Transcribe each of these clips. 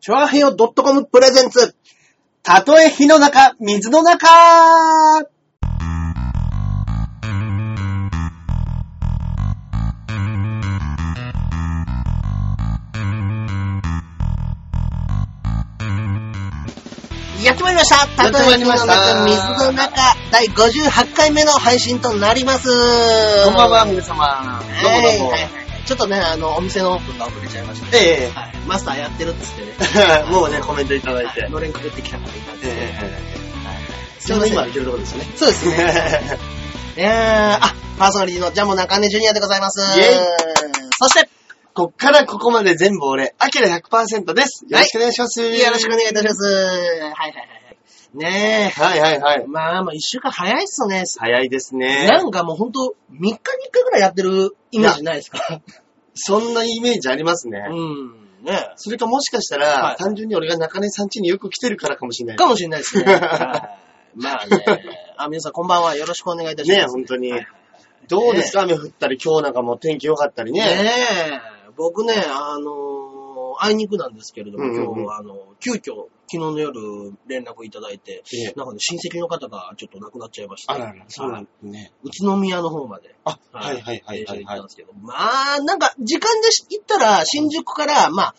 チョアヘヨ .com プレゼンツ。たとえ火の中、水の中やってまいりました。たとえ火の中、水の中、第58回目の配信となります。こんばんは、皆様。どうもどうもはいはい。はいちょっとね、あの、お店のオープンが遅れちゃいましたね。えはい、マスターやってるっつってね。え。 もうね、コメントいただいはてい。のれんくぐってきたからいい感じえで。え。ちちょょううどど今今、いるところですね。 そうですね。えー、あ、パーソナリティのジャンボ中根ジュニアでございます。イェイそして、こっからここまで全部俺、アキラ100%です。よろしくお願いします。よろしくお願いいたします。はいはいはいはい。ねはいはいはいえ、。まあまあ一週間早いっすね。早いですね。なんかもうほんと、3日に1回ぐらいやってるイメージないですかそんなイメージありますね。うん、ねそれかもしかしたはらい、単純に俺が中根さん家によく来てるからかもしれない。 かもしれないですね。はいまあね、あ、皆さんこんばんは。よろしくお願いいたします。ねえ、本当に。どうですか雨降ったり、今日なんかもう天気良かったりねね。え、僕ね、あのーあいにくなんですけれども、うんうんうん今日、あの、急遽、昨日の夜連絡いただいて、ええなんかね、親戚の方がちょっと亡くなっちゃいまして、あらら、そうなんですね。宇都宮の方まで、あ、はいはいはいは電車でい行っはたいんですけど、まあ、なんか、時間で行ったら、新宿から、まあ、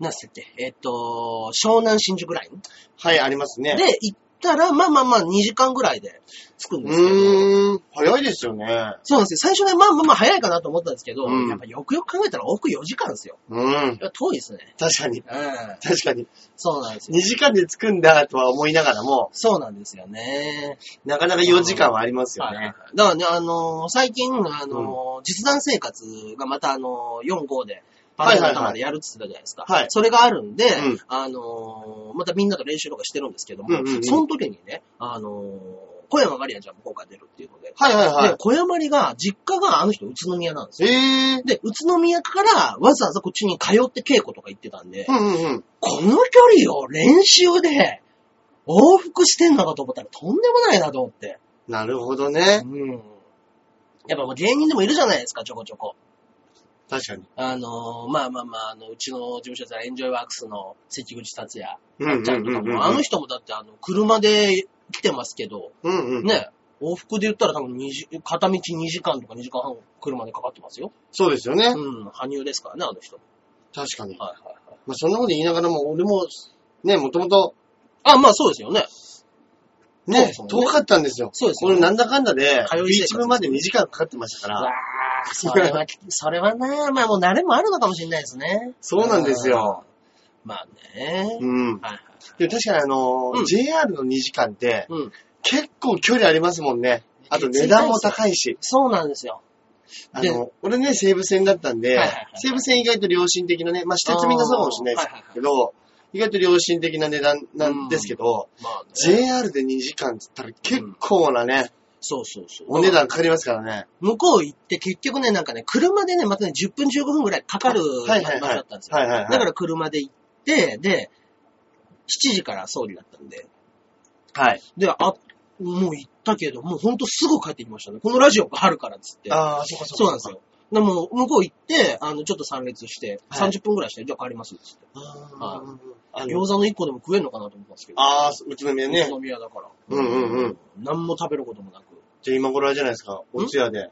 なんつって、えっ、と、湘南新宿ラインはい、ありますね。で行ったら、まあまあまあ、2時間ぐらいで着くんですけど、うーん、早いですよね。そうなんですよ。最初ね、まあまあまあ早いかなと思ったんですけど、うんやっぱよくよく考えたら奥4時間ですよ。うんい。や遠いですね。確かに、うん。確かに。そうなんですよ。 2時間で着くんだとは思いながらも、そうなんですよね。なかなか4時間はありますよはいね。だからね、あのー最近、あのー実弾生活がまた、あのー4、5で、パはラいパはいはいラまでやるって言ってたじゃないですか。はいそれがあるんで、うんあのーまたみんなと練習とかしてるんですけども、うんうんうんその時にね、あのー小山まりやちゃんも今回出るっていうので、はいはいはで、小山りが、実家があの人宇都宮なんですい。よ。えー。で、宇都宮からわざわざこっちに通って稽古とか行ってたんで、うんうんうん。この距離を練習で往復してんのかと思ったらとんでもないなと思って。なるほどね。うん。やっぱもう芸人でもいるじゃないですか、ちょこちょこ。確かに。あのーまあまあまあ、あの、うちの事務所ではエンジョイワークスの関口達也うんうんちゃんとかうんうん。も、あの人もだってあの、車で来てますけど、うんうん。ね、往復で言ったら多分二時片道2時間とか2時間半車でかかってますよ。そうですよね。うん、羽生ですからね、あの人。確かに。はいはいはい。まあ、そんなこと言いながらも、俺も、ね、もともと、あ、まあそうですよね。ね、そうですよね遠かったんですよ。そうですよこねれなんだかんだで、通い生活ビーチ部まで2時間かかってましたかうわら、あ、それは、それはね、まあもう慣れもあるのかもしれないですね。そうなんですよ。まあね。うん。はいはい。でも確かにあの、うん JR の2時間って、うん。結構距離ありますもんね。あと値段も高いし。そうなんですよ。あでの、俺ね、西武線だったんで、はいはいはい西武線意外と良心的なね、まあ、私鉄みんなそうかもしれないですけど、意外と良心的な値段なんですけど、まあね。 JR で2時間って言ったら結構なね、そうそうそう。お値段かかりますからね。向こう行って結局ね、なんかね、車でね、またね、10分15分ぐらいかかる場はいはいはい所だったんですよ。はいはいはいだから車で行って、で、7時から総理だったんで。はい。で、あ、もう行ったけど、もうほんとすぐ帰ってきましたね。このラジオがあるからっつって。ああ、そうかそうなんですよ。でも、向こう行って、あの、ちょっと参列して、はい30分ぐらいして、じゃあ帰りますっつって。あーあの餃子の1個でも食えんのかなと思ったんですけど。あー、宇都宮ね宇。都宮だから。うんうんうん。何も食べることもなく。じゃあ今頃あれじゃないですか、お通夜で。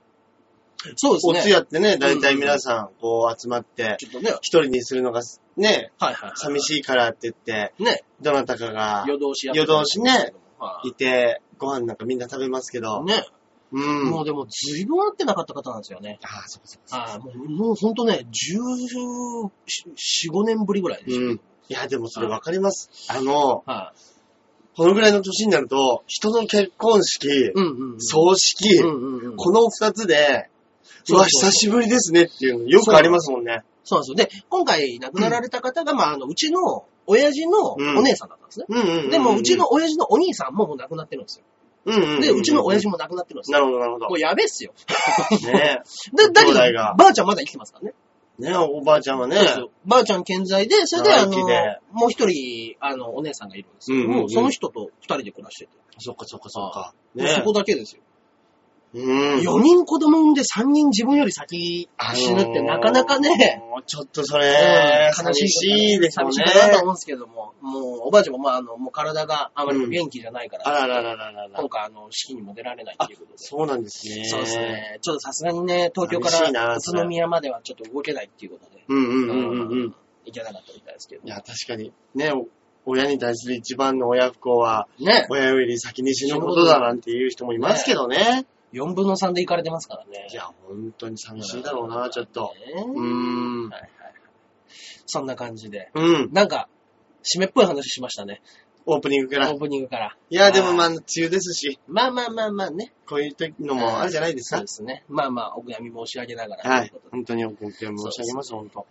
そうですおね。通夜ってね、大体皆さんこう集まって、ちょっとね。一人にするのがね、はいはい。寂い。しいからって言って、ね。どなたかが夜通しや夜通しね。はいて、ご飯なんかみんな食べますけどい。、ね。うん。もうでも、随分会ってなかった方なんですよね。ああ、そうそうそう。はい。もう、もうほんとね、14、5年ぶりぐらいでしたけど。うん。いや、でもそれわかります。あの、はい。このぐらいの年になると、人の結婚式、うんうんうん。葬式、うんうんうん。この二つで、そううわ、そうそう久しぶりですねっていうのよくありますもんね。そうなんですよ。で、今回亡くなられた方が、まあ、あの、うちの親父のお姉さんだったんですね。うんうんんん。でも、うちの親父のお兄さんももう亡くなってるんですよ。うんうんん、で、うちの親父も。も亡くなってるんですなよ。るほど、なるほども。うやべえっすよ。 ねだだ兄け弟どが、ばあちゃんまだ生きてますからね。え。ねえ、おばあちゃんはねそう。ですよばあちゃん健在で、それで、長あの生きで、もう一人、あの、お姉さんがいるんですけどうんうんもうう、んその人と二人で暮らしてて。そっかそっかそっか。そねこだけですよ。うん。 4人子供産んで3人自分より先死ぬってなかなかね、。ちょっとそうんれ、悲しい寂しいですよね寂しい。かなと思うんですけども、もうおばあちゃんも、まあ、あの、もう体があまりにも元気じゃないから、あらららららら今。回、あの、式にも出られないっていうことで。そうなんですね。そうです。ね。ちょっとさすがにね、東京か寂しいらな宇都宮まではちょっと動けないっていうことで、うんうんうんうんうん。いけなかったみたいですけど。いねや、確かに。ね、お親に対する一番の親不幸は、親より先に死ぬことだなんていう人もいますけどね。 4分の3で行かれてますからね。いや、本当に寂しいだろうな、ちょっと。ねうーんは。いはいはい。そんな感じで。うん。なんか、締めっぽい話しましたね。オープニングかオら。いープニングから。や、でもまあ、梅雨ですし、まあまあまあまあね。こういう時のもあるじゃないですそうかで。すね。まあまあ、お悔やみ申し上げながら。はいとうこ。とで本当にお悔やみ申し上げます、本当。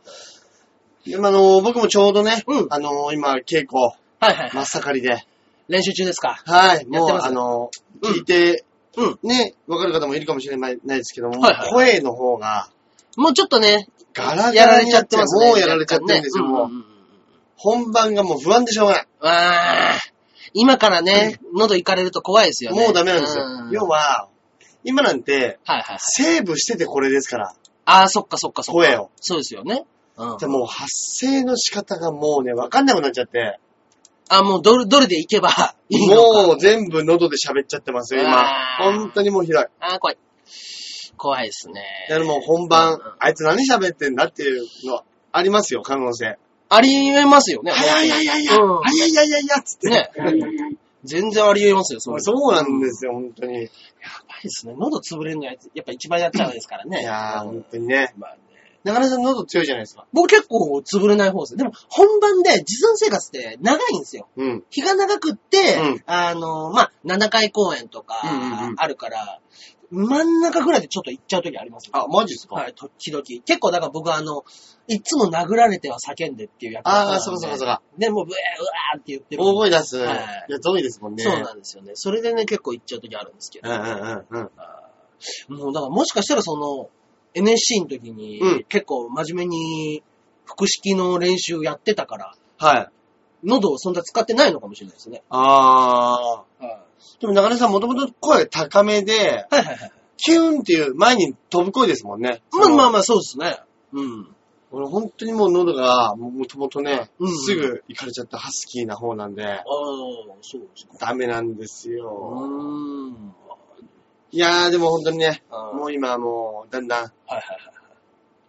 でもあの、僕もちょうどね、うんあの、今、稽古、はいはいは真い。っ盛りで、練習中ですかはい、もうやってますあの、うん聞いて、うんね、わかる方もいるかもしれないないですけども、はいはい声の方が、もうちょっとね、ガラガラになってます、もうやられちゃってるんですよ、ももう。本番がもう不安でしょうがない。あー今からね、喉いかれると怖いですよね。もうダメなんですよう。ん要は、今なんて、はいはい。セーブしててこれですから。ああ、そっかそっかそっか。声を。そうですよね。うんで。もう発声の仕方がもうね、わかんなくなっちゃって、あ、もうどれ、どれでいけばいいのか。もう全部喉で喋っちゃってますよ、今。うわー本当にもうひどい。あー怖い。怖いですね。でもう本番うんうん、あいつ何喋ってんだっていうの、ありますよ、可能性。ありえますよね。はいやいやいやいや、うんあいやいやいやいや、つって。ね。全然ありえますよ、それそうなんですよ、本当に。いやばいですね。喉潰れるのやつやっぱ一番やっちゃうんですからね。やー、本当にうね。んまあね。中根さん喉強いじゃないですか。僕結構潰れない方ですね。でも本番で実存生活って長いんですよ。うん。日が長くって、うんあの、まあ、7回公演とかうんうんうんあるから、真ん中ぐらいでちょっと行っちゃう時あります、ね。あ、マジですかはい、時々。結構だから僕はあの、いつも殴られては叫んでっていう役だったんあであ、そうかそうかそうか。で、もうブエー、うわーって言ってる。大声出す。いはいや、ゾイですもんね。そうなんですよね。それでね、結構行っちゃう時あるんですけど。うんうんうんうん。もうだからもしかしたらその、NSC の時に、うん結構真面目に、腹式の練習やってたから、はい。喉をそんな使ってないのかもしれないですね。ああ。はでも中根さんもともと声高めで、いはいはい。キューンっていう前に飛ぶ声ですもんね。まあまああ。まあ、そうですね。うん。俺本当にもう喉が、もともとねう、んすぐ行かれちゃったハスキーな方なんであ、あ、そうですか。ダメなんですうよ。ーん。いやーでも本当にね、あーもう今はもうだんだん、はい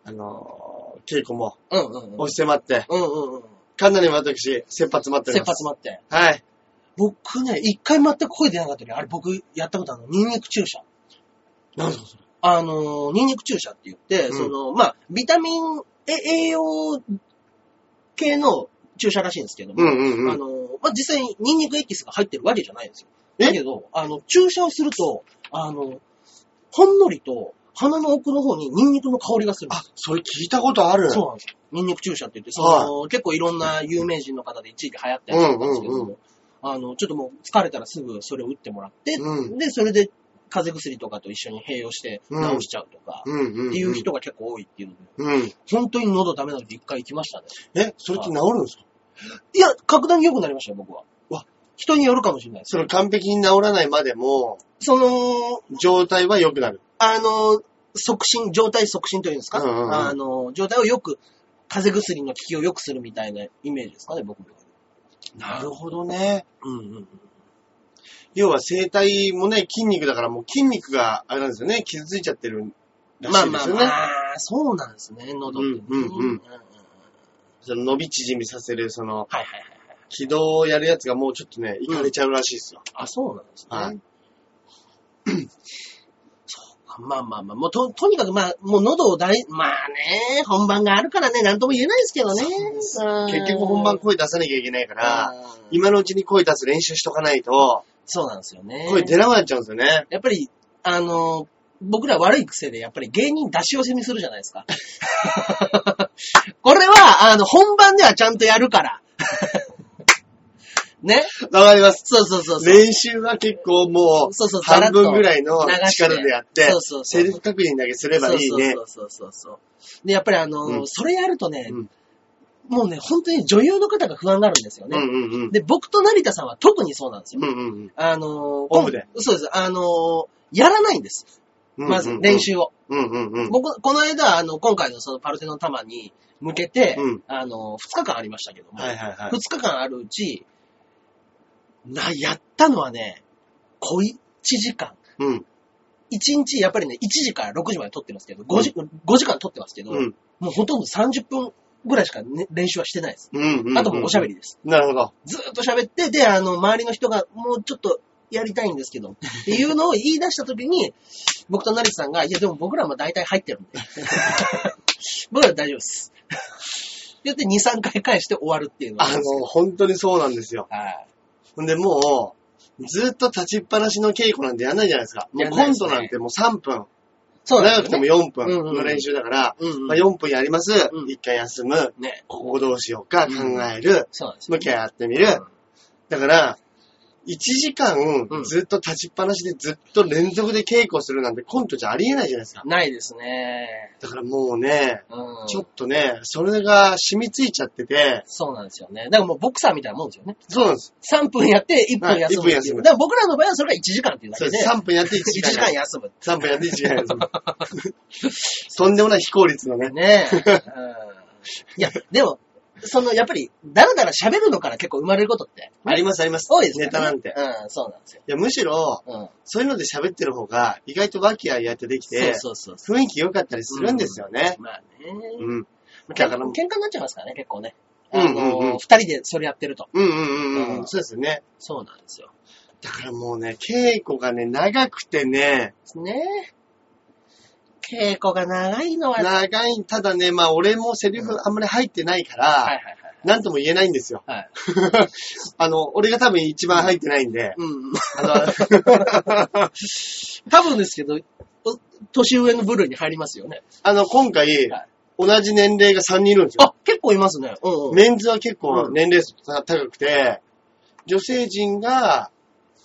あのー、稽古もはいはい。うんうんうん。押し迫って、うんうんうん。かなり私、切羽詰まってお切り羽ます。詰まって。まはい。僕ね、一回全く声出なかった時、あれ僕やったことあるの、ニンニク注射。なんですかそれ。あのー、ニンニク注射って言って、うんその、まあ、ビタミン、え、栄養系の注射らしいんですけども、うんうんうんあのー、まあ、実際にニンニクエキスが入ってるわけじゃないんですよ。えだけど、あの、注射をすると、あの、ほんのりと鼻の奥の方にニンニクの香りがするんですよあ、それ聞いたことある。そうなんですよ。ニンニク注射って言って、その、結構いろんな有名人の方で一時期流行ったやつだったんですけども、うんうんあの、ちょっともう疲れたらすぐそれを打ってもらって、うんで、それで風邪薬とかと一緒に併用して治しちゃうとか、うんうん、うん。っていう人が結構多いっていうので、うん。本当に喉ダメなので一回行きましたね。え、それって治るんですかいや、格段に良くなりましたよ、僕は。わ人によるかもしれないです。その完璧に治らないまでも、その、状態は良くなる。あの、促進、状態促進というんですか、うんうんうんあの、状態をよく、風邪薬の効きを良くするみたいなイメージですかね、僕も。なるほどね。うんうんうん。要は声帯もね、筋肉だからもう筋肉が、あれなんですよね、傷ついちゃってるらまあしいでますあよね。まあ、そうなんですね、喉ってね。うんうんうんうんその伸び縮みさせる、その、はいはいはい。軌道をやるやつがもうちょっとね、いかれちゃうらしいですよ。あ、そうなんですね。はいそうまあまあまあ、もうと、とにかくまあ、もう喉を大、まあね、本番があるからね、なんとも言えないですけどね。うん結局本番声出さなきゃいけないから、うん今のうちに声出す練習しとかないと、そうなんですよね。声出なくなっちゃうんですよね。やっぱり、あの、僕ら悪い癖で、やっぱり芸人出し寄せにするじゃないですか。 これは、あの、本番ではちゃんとやるから。 ねわかります。そうそうそうそう。練習は結構もうそうそう、ざらっ半と分ぐらいの力でやってそうそう、そうセリフ確認だけすればいいねそ。うそうそうそうそう。で、やっぱりあのーうんそれやるとね、うんもうね、本当に女優の方が不安があるんですようね。んうんうん。で、僕と成田さんは特にそうなんですよ。うんうんうん。あのーオフで今そうです。あのーやらないんです。うんまず、練。習を。うんうんうん。僕、この間、あの、今回のそのパルテノン玉に向けて、うんあの、2日間ありましたけども、はいはいはい2。日間あるうち、な、やったのはね、小1時間。うん。 1日、やっぱりね、1時から6時まで撮ってますけど、5時、5時間撮ってますけど、うん。もうほとんど30分ぐらいしかね、練習はしてないです。うんうん。あともうおしゃべり。りです。なるほど。ずーっと喋って、で、あの、周りの人が、もうちょっとやりたいんですけど、っていうのを言い出した時に、僕と成瀬さんが、いや、でも僕らも大体入 ってるんで。僕ら大丈夫です。言って2、3回返して終わるっていうのがああるんですけの、本当にそうなんですよ。どはい。ほんでもう、ずっと立ちっぱなしの稽古なんてやんないじゃないですか。もうやんないコでンすトねなんてもう3分。そうなん長でくすてよもね。 4分うんうんの練習だから、うんうんまあ、4分やります。うん1回休む。ね。ここどうしようか考える。そうなんですよ向き合ってみる。だから、1時間うんずっと立ちっぱなしでずっと連続で稽古するなんてコントじゃありえないじゃないですか。ないですね。だからもうね、うん。ちょっとね、それが染みついちゃってて、そうなんですよね。だからもうボクサーみたいなもんですよね。そうなんです。 3分やって1分休むっていう。はい一分休むだから僕らの場合はそれが1時間っていうだそうけでで、す。3分やって1 1時時間間。休む。 3分やって1時間やる。 とんでもない非効率のね。ねえ。うんいや、でも、その、やっぱり、だらだら喋るのから結構生まれることって、ありますあります。多いですかネタならんて。いうん、そうなんですよ。や、むしろ、うん。そういうので喋ってる方が、意外と和気あいあいとできて、そうそうそうそ雰囲気良かったりするんですよねう。。まあね。うん。喧だ嘩から、うん喧嘩になっちゃいますからね、結構ね。うんあうんうんの、二人でそれやってると。うんうんううんん。そうですよね。そうなんですよ。だからもうね、稽古がね、長くてね、ねえ。稽古が長いのは、はい長い、ただね、まあ俺もセリフあんまり入ってないから、はいはい。なんとも言えないんですよ。はいあの、俺が多分一番入ってないん で、うん。あの、多分ですけど、お年上の部類に入りますよね。あの今回はい、同じ年齢が3人いるんですよ。あ、結構いますね。うんうん。メンズは結構うん年齢層が高くて、女性陣が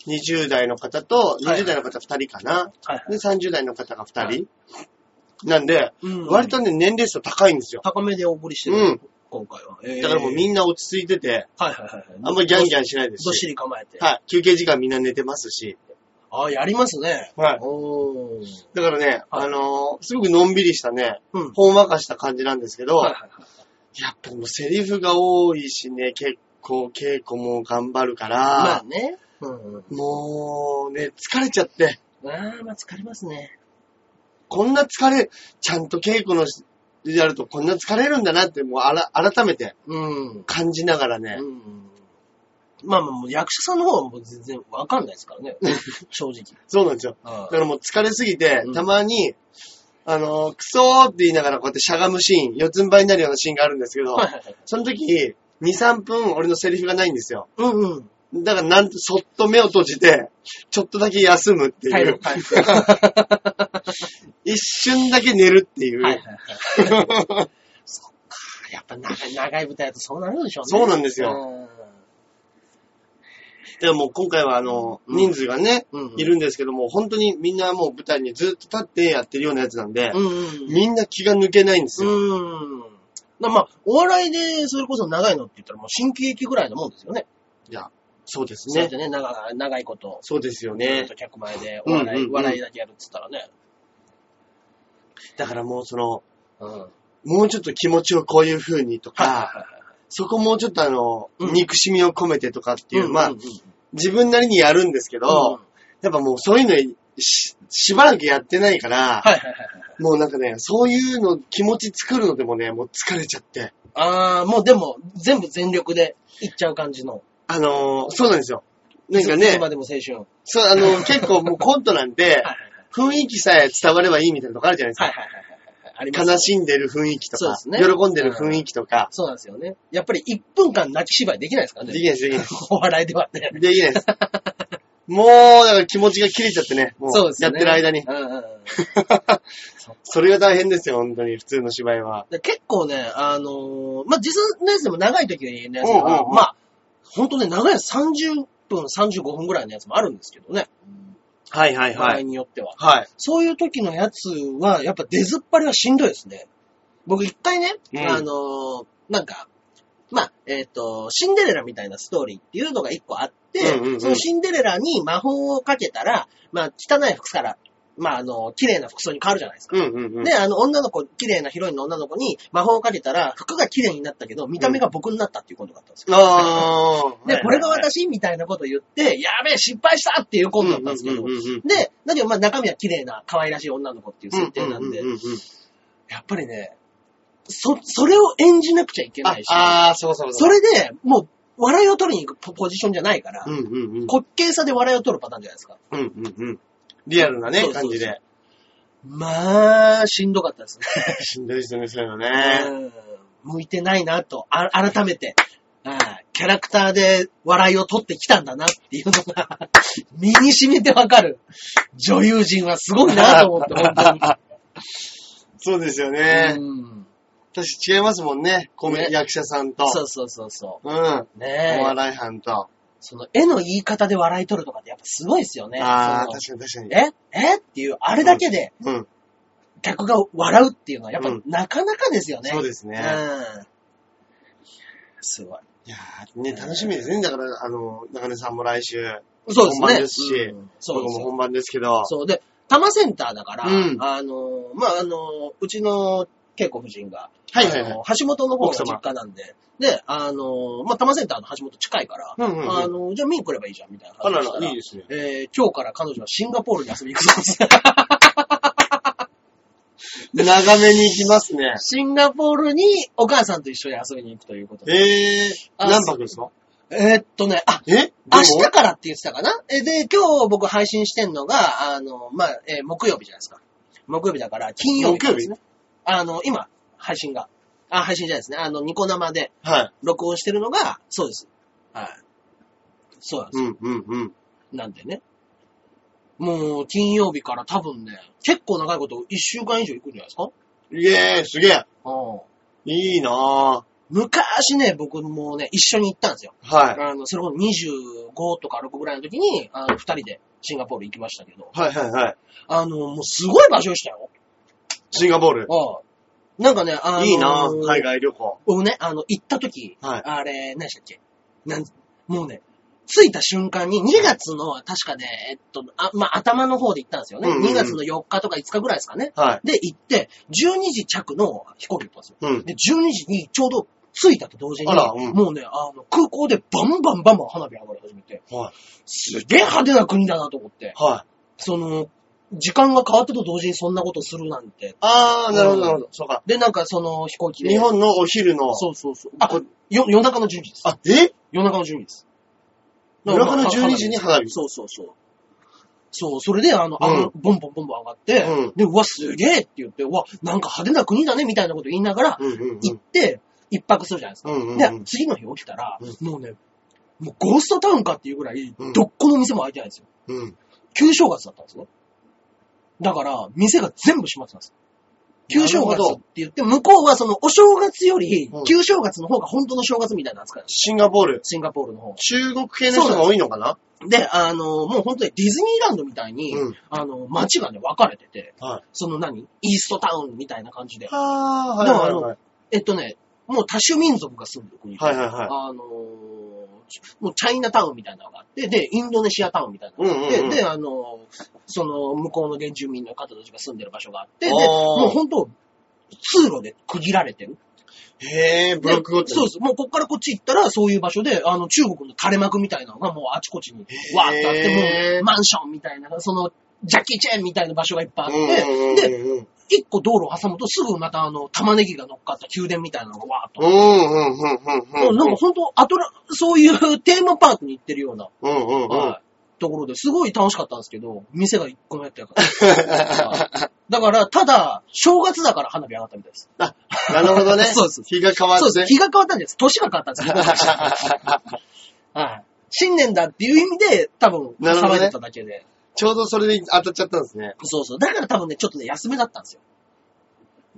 20代の方と、はい20代の方2人かな。はいはいで、30代の方が2は人。なんで、うん割とね、年齢層高いんですよ。高めでお送りしてる、うん今回は。だからもうみんな落ち着いてて、はいはいはいはい。あんまりギャンギャンンしないですどっしし。り構えて。はい。休憩時間みんな寝てますし。ああ、やりますね。はい。おー。だからね、はいあのーすごくのんびりしたね、うん。ほんわかした感じなんですけど、はいはいはい。やっぱもうセリフが多いしね、結構稽古も頑張るから、まあね。うんうん。もうね、疲れちゃって。ああ、まあ疲れますね。こんな疲れ、ちゃんと稽古のしやるとこんな疲れるんだなって、もうあら、改めてうん。感じながらねう。ん。まあまあ、もう役者さんの方はもう全然わかんないですか らね。正直。そうなんですよ。だからもう疲れすぎてうん、たまに、あのー、クソーって言いながらこうやってしゃがむシーン、四つん這いになるようなシーンがあるんですけどは、いはいはい。その時、2、3分俺のセリフがないんですよ。うんうん。だからなんと、そっと目を閉じて、ちょっとだけ休むってはいいはうい、はい。一瞬だけ寝るっていう、はいはいはい。 そっか。やっぱ長い、長い舞台だとそうなるんでしょうね。そうなんですよよ。でも今回はあの、うん人数がね、うんうんいるんですけども、本当にみんなもう舞台にずっと立ってやってるようなやつなんで、うんうん。みんな気が抜けないんですよ。うん。まあ、お笑いでそれこそ長いのって言ったらもう新喜劇ぐらいのもんですよね。いや、そうですそうやっね。てね、長長いこと、そうですよずっねと。客前でお笑い、うんうんうん笑いだけやるって言ったらね。だからもうその、うん。はいもうちょっと気持ちをこういう風にとはいか、そこもうちょっとあの、うん憎しみを込めてとかっていう、まあ、んん自分なりにやるんですけど、うんやっぱもうそういうのし、しばらくやってないから、はいはいはいはい。もうなんかね、そういうの、気持ち作るのでもね、もう疲れちゃって。ああ、もうでも、全部全力でいっちゃう感じの。あのーそうなんですよ。なんかいつね、までも青春。そう、あの、結構もうコントなん ではい、雰囲気さえ伝わればいいみたいなとこあるじゃないですか。はいはいはいはい。あります。悲しんでる雰囲気とそうでか、すね喜んでる雰囲気とか、そうなんですよね。やっぱり1分間泣き芝居できないですからでね。きないです、できないです。 お笑いではね。できないです。 もう、だから気持ちが切れちゃってね、もそうですやよっね。てる間に。うんうんうん。それが大変ですよ、本当に、普通の芝居は。で結構ね、あのーまあ、実際のやつでも長い時のやつうんが、うんうんまあ、ほんとね、長いやつ30分、35分ぐらいのやつもあるんですけどね。はいはい場合い。によっては。はい。そういう時のやつは、やっぱ出ずっぱりはしんどいですね。僕一回ね、うんあのーなんか、まあ、えっ、と、シンデレラみたいなストーリーっていうのが一個あって、うんうんうんそのシンデレラに魔法をかけたら、まあ、汚い服からまあ、あの、綺麗な服装に変わるじゃないですか。うんうんうん。で、あの、女の子、綺麗なヒロインの女の子に魔法をかけたら、服が綺麗になったけど、見た目が僕になったっていうことがあったんですよ。あー で、これが、私みたいなこと言って、やべえ、失敗したっていうことだったんですけど、うんうんうんうんで、だけど、まあ、中身は綺麗な、可愛らしい女の子っていう設定なんでう、うううんやっぱりね、そ、それを演じなくちゃいけあないし、あー、そうそうそそう。れで、もう、笑いを取りに行くポポジションじゃないから、うんうんうん。滑稽さで笑いを取るパターンじゃないですか。うんうんうん。リアルなそね、うそうそ感うじ で。まあ、しんどかったですね。しんどいですよね、そういうのね。うん向いてないなと、あ改めて、はいキャラクターで笑いを取ってきたんだなっていうのが、 身に染みてわかる。女優陣はすごいなと思って、本当に。そうですよね。うん私違いますもんね、コメね役者さんと。そうそうそうそうん。う。おねえ。笑い班と。その絵の言い方で笑い取るとかってやっぱすごいですよね。ああ、その確かに確かに。ええっていう、あれだけでうん。客が笑うっていうのはやっぱうんなかなかですよね。そうですねうんいや。すごい。いやーね、楽しみですね。だから、あの、中根さんも来週、そうで本すね。番ですしんそう僕でもすよ本番ですけど。そう。で、多摩センターだから、うんあの、まあ、あの、うちの恵子夫人が、はいはいはいあの橋本の方が奥様実家なんで、で、あの、まあ、多摩センターの橋本近いから、うんうんうんあの、じゃあ見に来ればいいじゃん、みたいなあ話らをしたら、らいいですね。えー今日から彼女はシンガポールに遊びに行くそう です。長めに行きますね。シンガポールにお母さんと一緒に遊びに行くということで。えー、あ何泊ですかえーっとね、あ、えでも明日からって言ってたかなえで、今日僕配信してんのが、あの、まあ、えー木曜日じゃないですか。木曜日だから、金曜日からですね。あの、今、配信が。あ、配信じゃないですね。あの、ニコ生ではい。録音してるのが、そうです。はい。そうなんです。うんうんうん。なんでね。もう、金曜日から多分ね、結構長いこと、一週間以上行くんじゃないですかイエーイ、すげえ。うん。いいなぁ。昔ね、僕もね、一緒に行ったんですよ。はい。あの、それこそ25とか6ぐらいの時に、あの、二人でシンガポール行きましたけど、はいはいはい。あの、もうすごい場所でしたよ。シンガポール。ああなんかね、あの、いいなぁ、海外旅行。僕ね、あの、行った時、はいあれ、何でしたっけなん、もうね、着いた瞬間に、2月の、確かね、えっと、あまあ、頭の方で行ったんですよね。うんうんうん2月の4日とか5日ぐらいですかね。はい。で、行って、12時着の飛行機だったんですよ。うん。で、12時にちょうど着いたと同時に、あらうんもうね、あの、空港でバンバンバンバン花火上がり始めて、はい。すげえ派手な国だなと思って、はい。その、時間が変わったと同時にそんなことするなんて。あー、なるほどなるほど。そうか。で、なんかその飛行機で。日本のお昼の。そうそうそう。ああ、よ夜中の12時です。あ、え夜中の12時です。夜中の12時に花火そうそうそう。そう、それで、あの、うんあのボンボンボンボン上がって、うんで、うわ、すげえって言って、うわ、なんか派手な国だね、みたいなこと言いながら、うんうんう行っん。て、一泊するじゃないですかうんうんうん。で、次の日起きたら、うもうね、もうゴーストタウンかっていうぐらい、うんどっこの店も開いてないんですよ。うん。旧正月だったんですよ。だから、店が全部閉まってたんです。旧正なる月ほっどて言って、向こうはそのお正月よりうん、旧正月の方が本当の正月みたいな扱いなんです。シンガポール。シンガポールの方。中国系の人が多いのかなで、あの、もう本当にディズニーランドみたいに、うんあの、街がね、分かれてて、はいその何イーストタウンみたいな感じで。あー、でもはあいのはいはい。えっとね、もう多種民族が住んでる国で。はいはいはい。あのーもうチャイナタウンみたいなのがあって、で、インドネシアタウンみたいなのがあって、うんうんうんで、あのーその向こうの原住民の方たちが住んでる場所があって、で、あーもう本当、通路で区切られてる。へー、ブでロックごとそうに。です。もうこっからこっち行ったら、そういう場所で、あの、中国の垂れ幕みたいなのがもうあちこちにわーっとあって、へもーうマンションみたいな、その、ジャッキーチェーンみたいな場所がいっぱいあっうんて、で、うんうんうん。一個道路を挟むとすぐまたあの、玉ねぎが乗っかった宮殿みたいなのがわーっとうんうんうんうんう。もうんなんか本当、アトラ、そういうテーマパークに行ってるような、うんうんうん。はいところですごい楽しかったんですけど、店が一個もやってなか った。はいだから、ただ、正月だから花火上がったみたいです。なるほどね。そうです日が変わって。そうです。日が変わったんです。年が変わったんです はい。新年だっていう意味で、多分、なるほどね騒いでただけで。ちょうどそれで当たっちゃったんですね。そうそう。だから多分ね、ちょっとね、休めだったんですよ。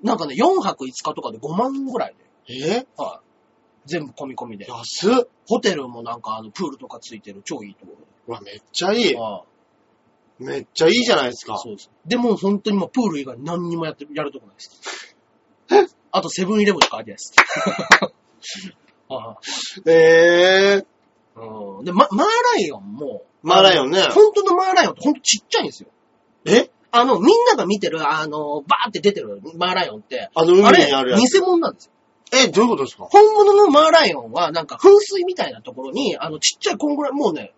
なんかね、4泊5日とかで5万ぐらいで。えはい。全部込み込みで。安っホテルもなんか、あの、プールとかついてる超いいところうわ、めっちゃいいで。。はいめっちゃいいじゃないですか。そうです。でも本当にもうプール以外何にもやって、やるとこないです。 あとセブンイレブンとかありないです。 ああええー。うんで、まマーライオンも、マーライオンねあの本当のマーライオンって本当ちっちゃいんですよ。えあの、みんなが見てる、あの、バーって出てるマーライオンって、あの海にあれ、あるやつ。偽物なんですよ。え、どういうことですか本物のマーライオンは、なんか噴水みたいなところに、あの、ちっちゃいこんぐらい、もうね、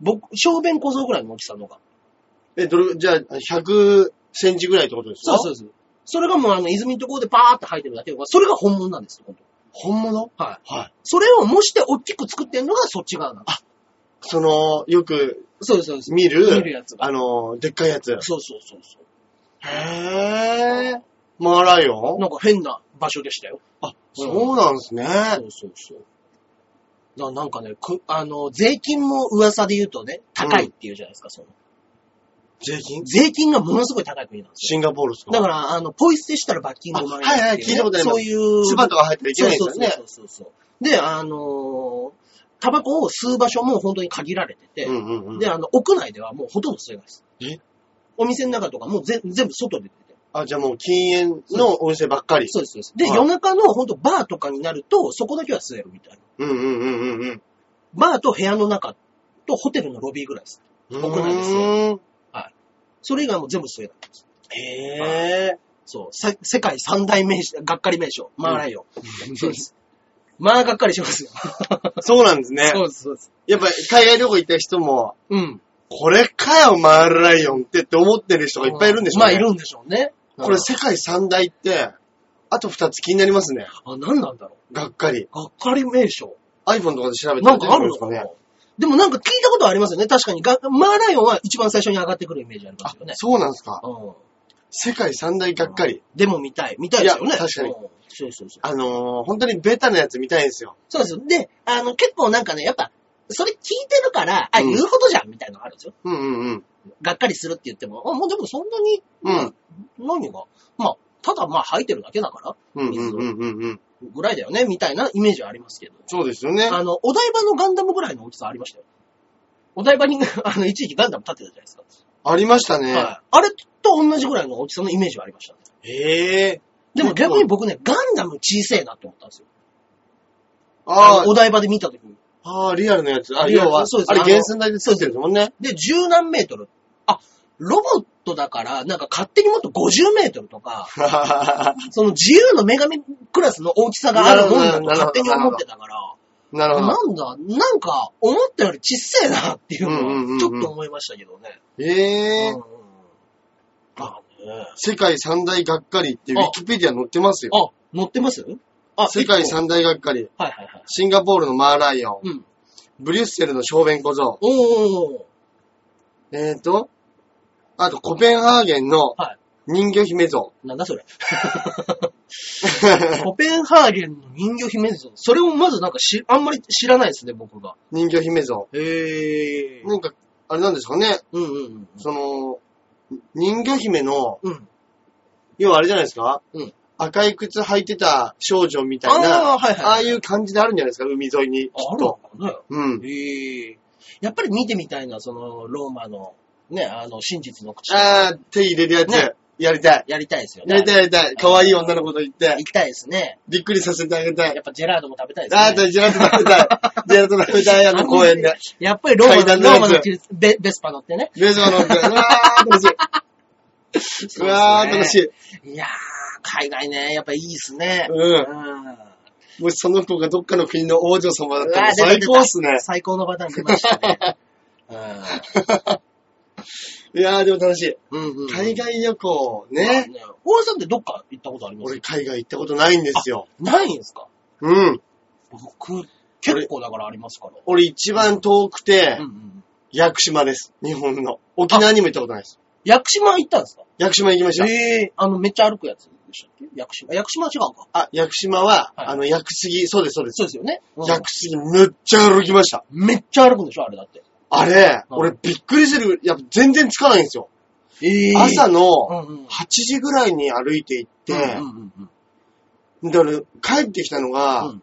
僕、小便小僧ぐらいの大きさのが。え、どれ、じゃあ、100センチぐらいってことですそうかそうう。そう。それがもうあの、泉のところでパーって生えてるだけだからそれが本物なんですよ、本本物当はい。はい。それを模して大きく作ってるのがそっち側なんです。その、よくそうです、そうです。見る、見るやつがあの、でっかいやつ。そうそうそうそう。へぇー。マーライオンなんか変な場所でしたよ。あ、そうなんですね。そうそうそう。ななんかね、く、あの、税金も噂で言うとね、高いっていうじゃないですか、その。税金税金がものすごい高い国なんですシンガポールですよ。かだから、あの、ポイ捨てしたら罰金5万円ってうね、あはいはい聞いたことありますそういう。スパとか入ったらいけそうないんでそすうよね。そうそうそう。で、あのータバコを吸う場所も本当に限られてて、うんうんうん。で、あの、屋内ではもうほとんど吸えないです。えお店の中とかもうぜ全部外で出てて。あ、じゃあもう禁煙のお店ばっかり。そうです、そうです。で、はい夜中の本当バーとかになると、そこだけは吸えるみたいな。うんうんうんうんうん。バーと部屋の中とホテルのロビーぐらいです。国内ですよよ。それ以外はもう全部吸えない。へぇそう。さ世界三大名所、がっかり名所。マーライオン。そうです。まあ、がっかりしますよ。ー。そうなんですね。そうです、そうです。やっぱ海外旅行行った人も、うん。これかよ、マーライオンってって思ってる人がいっぱいいるんでしょうまあ、ね。いるんでしょうね。これ世界三大って、あと二つ気になりますね。あ、何なんだろがっかりう。。がっかり名所。 iPhone とかで調べてなんかあるでのすかかなね。でもなんか聞いたことありますよね。確かにが。マーライオンは一番最初に上がってくるイメージありまあすよね、。そうなんですか。うん。世界三大がっかり。でも見たい。見たいですよね。いや確かにうんそうそうそう。あのー、本当にベタなやつ見たいんですよ。そうですよ。で、あの、結構なんかね、やっぱ、それ聞いてるから、あ、うん言うほどじゃん、みたいなのがあるんですよ。うんうんうん。がっかりするって言っても、あ、もうでもそんなに、うん。何が、まあ、ただまあ吐いてるだけだかうんうんうんうんうん。ら、ぐらいだよね、みたいなイメージはありますけど。そうですよね。あの、お台場のガンダムぐらいの大きさありましたよ。お台場に、 あの、一時期ガンダム立ってたじゃないですか。ありましたね。はい。あれと同じぐらいの大きさのイメージはありました、へえ。でも逆に僕ね、ガンダム小せえなって思ったんですよ。ああのお台場で見た時に。あ、あーリアルなやつ。あ、リアル要は、そうですあれ原寸大で作ってるんですもんね。で、十何メートル。あ、ロボットだから、なんか勝手にもっと50メートルとか、その自由の女神クラスの大きさがあるもんだと勝手に思ってたから、なるほなど。んだ、なんか思ったより小さいなっていううんうんうんうんのは、ちょっと思いましたけどね。ええうんうんうんまあね。世界三大がっかりってウィキペディア載ってますよ。あ、乗ってますあ、世界一個三大がっかり。はいはいはい。シンガポールのマーライオン。うん。ブリュッセルの小便小僧。おー。えーと、あとコペンハーゲンのは人魚姫像。 い。なんだそれ。コペンハーゲンの人魚姫像。それをまずなんかし、あんまり知らないですね、僕が。人魚姫像。へなんか、あれなんですかね。うんうんその、人魚姫の、うん。うん。要はあれじゃないですか、うん赤い靴履いてた少女みたいな、ああー、はいはい。ああいう感じであるんじゃないですか、海沿いに、きっあるのと。かね。うん。へえ。やっぱり見てみたいな、その、ローマの、ね、あの、真実の口とあかあ、手入れるやつ、ねやりたい。やりたいですよね。やりたいやりたい。可愛い女の子と言って行、きたいですね。びっくりさせてあげたやい。っぱジェラードも食べたいですね。ああ、ジェラート食べたい。 ジェラート食べたい、あの公園で。やっぱりローマ階段の、のやつローマのベベスパ乗ってね。ベースが乗って、うわー、楽しい。うわー、楽しい。い。いやー、海外ね、やっぱいいっすね。うんんもしその子がどっかの国の王女様だったうわら出た最高っすね。最高のパターン出ましたね。いやー、でも楽しい。うんうんうん海外旅行まあね。ね。大江さんってどっか行ったことあります俺海外行ったことないんですよ。ないんですかうん。僕、結構だからありますから。俺一番遠くてうんう、ん。屋久島です。日本の。沖縄にも行ったことないです。屋久島行ったんですか屋久島行きました。ええあの、めっちゃ歩くやつでしたっけ屋久島。屋久島は違うか。あ、屋久島は、はいあの、屋久杉、そうです、そうです。そうですよね。うん屋久杉めっちゃ歩きました。めっちゃ歩くんでしょあれだって。あれ、うん俺びっくりする。やっぱ全然つかないんですよ。え朝のうんうん。 8時ぐらいに歩いて行って、うんうんうんだから帰ってきたのうがん、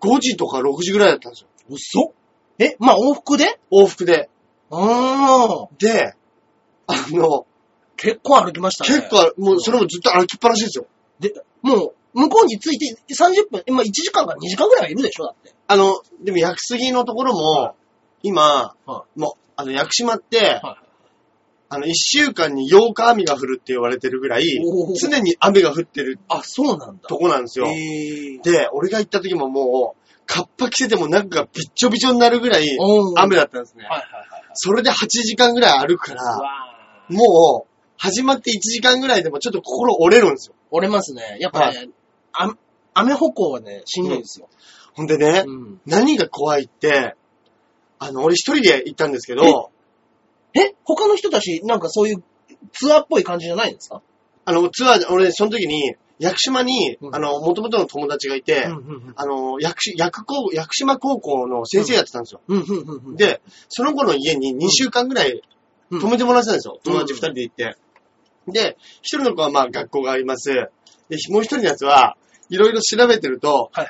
5時とか6時ぐらいだったんですよ。うん。嘘え、まあ往復で往復で。うーん。で、あの、結構歩きましたね。結。構、もうそれもずっと歩きっぱなしですよ。で、もう、向こうに着いて30分、今1時間から2時間ぐらいはいるでしょだって。あの、でも屋久杉のところも、今、はもう、あの、屋久島って、はあの、一週間に8日雨が降るって言われてるぐらいおー、常に雨が降ってるあ、そうなんだ。とこなんですよ。えー、で、俺が行った時ももう、カッパ着せても中がびっちょびちょになるぐらいおー雨だったんですね。はいはいはい。それで8時間ぐらい歩くから、わーもう、始まって1時間ぐらいでもちょっと心折れるんですよ。折れますね。やっぱね、あ雨歩行はね、しんどいですよ。ほんでね、うん何が怖いって、あの、俺一人で行ったんですけど、え他の人たち、なんかそういうツアーっぽい感じじゃないんですかあの、ツアーで、俺その時に、屋久島に、うんあの、元々の友達がいて、うんうんあの、屋久し屋久高屋久島高校の先生やってたんですよ。うん。うんうんうんうん。で、その子の家に2週間ぐらいうん泊めてもらってたんですよ。うん友達2人で行って。で、1人の子はまあ学校があります。で、もう1人のやつは、いろいろ調べてると、はいはい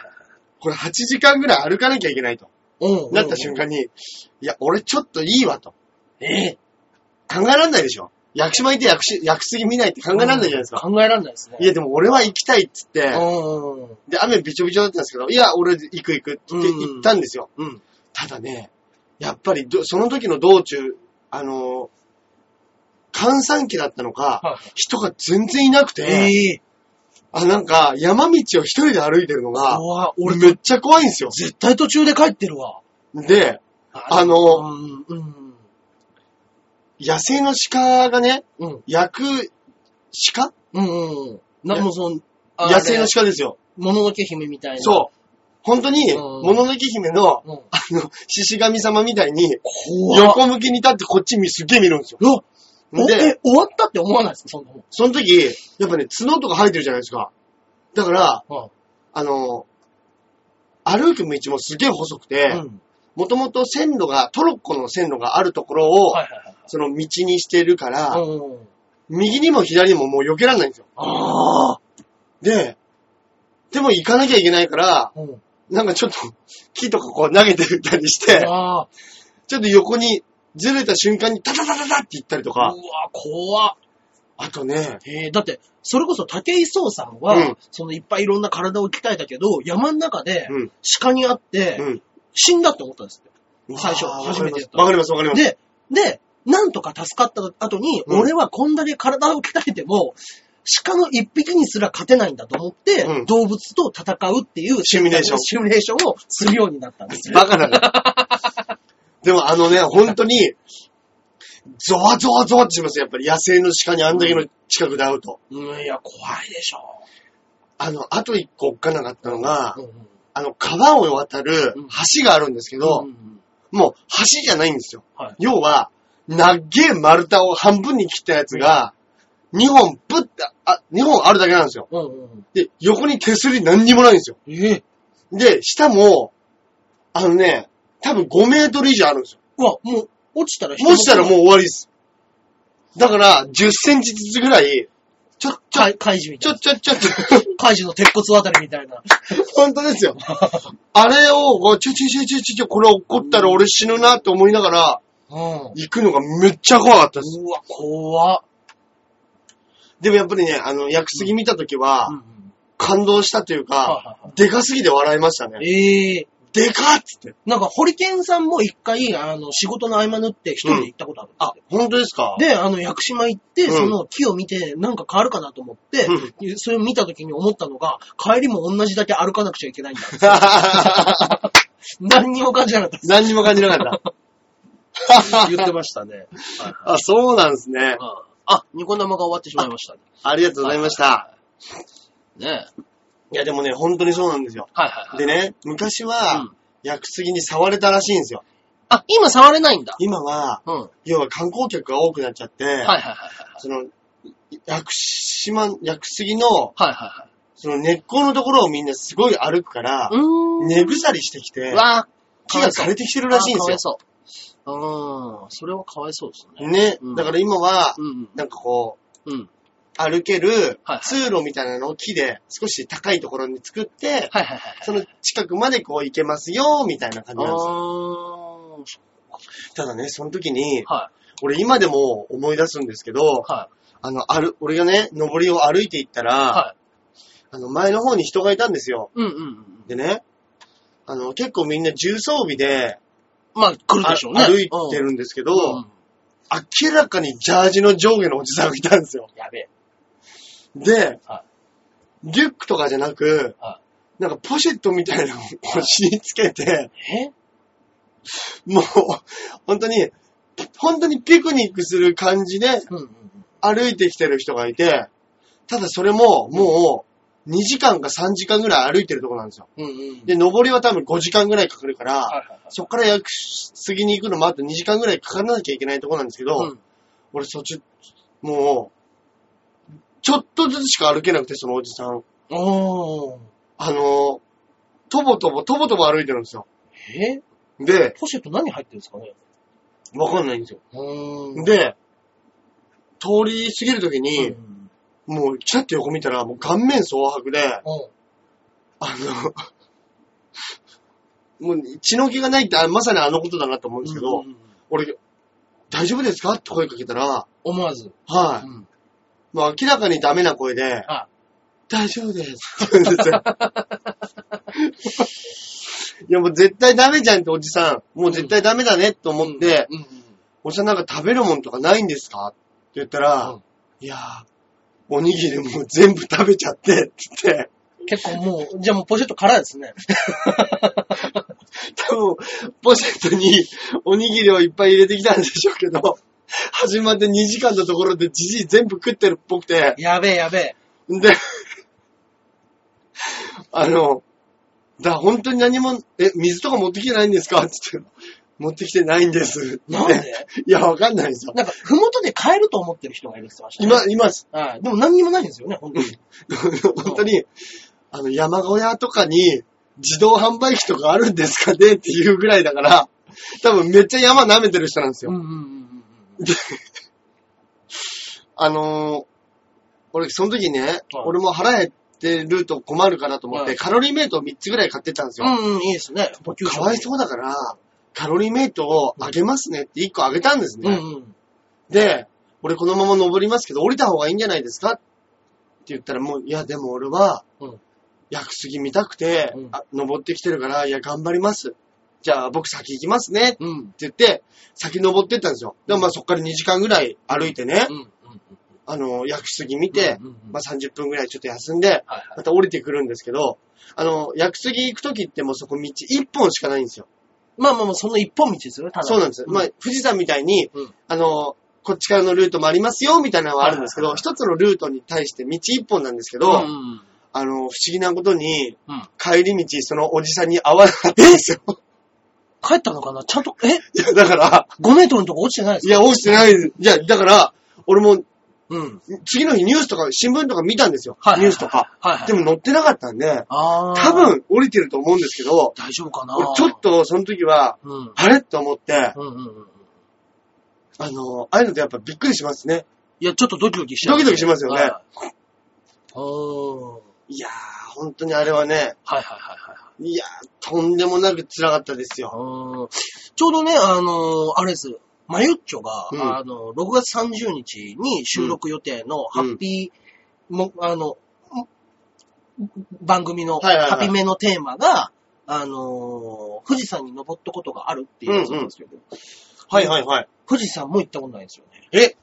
これ8時間ぐらい歩かなきゃいけないと。うんうん。なった瞬間に、いや、俺ちょっといいわと。え考えらんないでしょ。屋久島行って屋久し屋久杉見ないって考えらんないじゃないですか。考えられないですね。いや、でも俺は行きたいっつって、うんうんで、雨びちょびちょだったんですけど、いや、俺行く行くって言ってうん行ったんですよ。うん。ただね、やっぱりど、その時の道中、あのー、閑散期だったのか、は人が全然いなくて、ええあ、なんか、山道を一人で歩いてるのが、うわ、俺俺めっちゃ怖いんですよ。絶対途中で帰ってるわ。で、あの、うんうん。野生の鹿がね、うん。焼く鹿うんうん。なんもその、あれ野生の鹿ですよ。もののけ姫みたいな。そう。本当に、うんもののけ姫の、うん。あの、獅子神様みたいに、怖っ。横向きに立ってこっち見すっげえ見るんですよ。うわおで、え、終わったって思わないですかそんなもん。その時、やっぱね、角とか生えてるじゃないですか。だから、うんあの、歩く道もすげえ細くて、うん。もともと線路が、トロッコの線路があるところを、はいはいその道にしてるから、はい。うん。右にも左にももう避けられないんですよ。ああ。で、でも行かなきゃいけないから、うん。なんかちょっと木とかこう投げてみたりして、あちょっと横にずれた瞬間にタタタタタって行ったりとあ。かう、わ、怖っ。あとね、えー、だって、それこそ武井壮さんは、うんそのいっぱいいろんな体を鍛えたけど、山の中でうん鹿に会って、うん死んだって思ったんですって。最初わあ初めてやったわかります、わかります。で、で、なんとか助かった後に、うん俺はこんだけ体を鍛えても、鹿の一匹にすら勝てないんだと思って、うん動物と戦うっていうシミュレーションシミュレーションをするようになったんですよ。バカだな。 でもあのね、本当に、ゾワゾワゾワってしますよやっぱり野生の鹿にあんだけの近くで会うと。うん、いや、怖いでしょ。あの、あと一個おっかなかったのがう、んうんあの、川を渡る橋があるんですけど、うんもう橋じゃないんですよ。はい要は、なっげえ丸太を半分に切ったやつが、2本ぶって、あ、2本あるだけなんですよ。うんうん、で、横に手すり何にもないんですよ。えで、下も、あのね、多分5メートル以上あるんですよ。うわ、もう、落ちたら人の落ちたらもう終わりです。だから、10センチずつぐらい、ちょ、ちょ、怪怪獣みちたいょ、な。ちょ、ちょ、ちょ、怪獣の鉄骨あたりみた いな。本当ですよ。あれを、こうちょちょちょちょちょちょ、これ起こったら俺死ぬなって思いながら、うん。行くのがめっちゃ怖かったです。うわ、怖っ。でもやっぱりね、あの、屋久杉見た時は、感動したというはか、いはいはでかすぎて笑いましたいね。ええでかっつって。なんか、ホリケンさんも一回、あの、仕事の合間縫って一人で行ったことあるんですよ。本当ですかで、あの、屋久島行って、うんその木を見て、なんか変わるかなと思って、それを見た時に思ったのが、帰りも同じだけ歩かなくちゃいけないんだ。 何にも感じなかったで 何にも感じなかっす。言ってましたね。はいた。あ、そうなんですね。はい あ、ニコ生が終わってしまいましたね。ありがとうございました。ねえ。いや、でもね、本当にそうなんですよ。はいはいはい。でね、昔うはん、屋久杉に触れたらしいんですよ。あ、今触れないんだ。今は、うん。はい要は観光客が多くなっちゃって、はいはいはい。その、屋久島、屋久杉の、はいはその根っこのところをみんなすごい歩くからいはい。、うーん。根腐りしてきて、わ木が枯れてきてるらしいんですよ。あーかわいそう。うーん。それはかわいそうですね。ねうん、だから今は、うん。なんかこう、うん。歩けるはい通路みたいなのを木で少し高いところに作って、はいはいはい。その近くまでこう行けますよ、みたいな感じなんであーす。ただね、その時に、は俺今でも思い出すんですけどい。、はあの、ある、俺がね、登りを歩いていったら、い。はい。あの、前の方に人がいたんですよ。うんうんうん。でね、あの、結構みんな重装備で、まあ、来るでしょうね。あ歩いてるんですけど、うん。うん明らかにジャージの上下のおじさんがいたんですよ。やべえ。では、リュックとかじゃなくは、なんかポシェットみたいなのを腰につけて、えもう、本当に、本当にピクニックする感じでうんうんうん。歩いてきてる人がいて、ただそれももう2時間か3時間ぐらい歩いてるとこなんですよ。うんうん。で、登りは多分5時間ぐらいかかるかはいら、はいはいそっから屋杉に行くのもあと2時間ぐらいかからなきゃいけないとこなんですけど、うん俺そっち、もう、ちょっとずつしか歩けなくて、そのおじさん。おー。あの、とぼとぼ、とぼとぼ歩いてるんですよ。えで、ポシェット何入ってるんですかねわかんないんですよ。うーん。で、通り過ぎるときうんに、うんもう、ちゃって横見たら、もう顔面蒼白で、うん。あの、 もう、血の気がないって、あまさにあのことだなと思うんですけど、うんうんうん俺、大丈夫ですかって声かけたら、思わず。はい。うんもう明らかにダメな声で、あ大丈夫です。って言うんですよ いやもう絶対ダメじゃんっておじさん。もう絶対ダメだねと思って、うんうんおじさんなんか食べるもんとかないんですかって言ったら、うんいやー、おにぎりもう全部食べちゃって、って言って、うん結構もう、じゃあもうポシェット空ですね。多分、ポシェットにおにぎりをいっぱい入れてきたんでしょうけど、始まって2時間のところでじじい全部食ってるっぽくて、やべえやべえ。で、あの、だ、本当に何も、え、水とか持ってきてないんですかって言って、持ってきてないんです。なんでねいや、わかんないですよ。なんか、ふもとで買えると思ってる人がいるって言ってましたね。今、今、はい。でも何にもないんですよね、本当に。 本当に、あの、山小屋とかに自動販売機とかあるんですかねっていうぐらいだから、多分めっちゃ山舐めてる人なんですうんよ。うんうんうんうん。あのー俺、その時ね、俺も腹減ってると困るかなと思って、はいカロリーメイトを3つぐらい買ってったんですよ。うんうん、いいですね。補給食かわいそうだから、カロリーメイトをあげますねって1個あげたんですうんね。うん。で、俺このまま登りますけど降りた方がいいんじゃないですかって言ったらもう、いやでも俺はうん、屋久杉見たくて、うんあ登ってきてるから、いや頑張ります。じゃあ僕先行きますねってうん。うん言って、先登ってったんですよ。でもまあそっから2時間ぐらい歩いてね、うんうん。あの、屋久杉見て、うんうんうんまあ30分ぐらいちょっと休んで、はいはい。また降りてくるんですけど、あの、屋久杉行くときってもうそこ道1本しかないんですよ。まあまあまあ、その一本道ですよね、ただ。そうなんです。まああ、、富士山みたいに、うんあの、こっちからのルートもありますよ、みたいなのはあるんですけはど、いはい一つのルートに対して道一本なんですけど、うんうんあの、不思議なことに、うん。うん。帰り道、そのおじさんに会わなかったん ですよ。帰ったのかなちゃんと、えいや、だから、 ?5 メートルのとこ落ちてないですいかや、落ちてないです。いや、だから、俺も、うん。次の日ニュースとか、新聞とか見たんですよ。はいはいはいニュースとか。。はいはい。でも載ってなかったんで、あー多分降りてると思うんですけど、大丈夫かな俺ちょっ。と、その時は、うん。あれと思って、うんうんうん。あの、ああいうのってやっぱびっくりしますね。いや、ちょっとドキドキしドキドキしますよねはいおー。いやー、本当にあれはね、はいはいはいはい。いやー、とんでもなく辛かったですよ。うんちょうどね、あのーあれです。マユッチョが、うんあの、6月30日に収録予定のハッピー、も、あの、番組の、はいはいはいハピメのテーマが、あのー富士山に登ったことがあるっていうやつなんですけど、はいはいはい。富士山も行ったことないんですよね。え、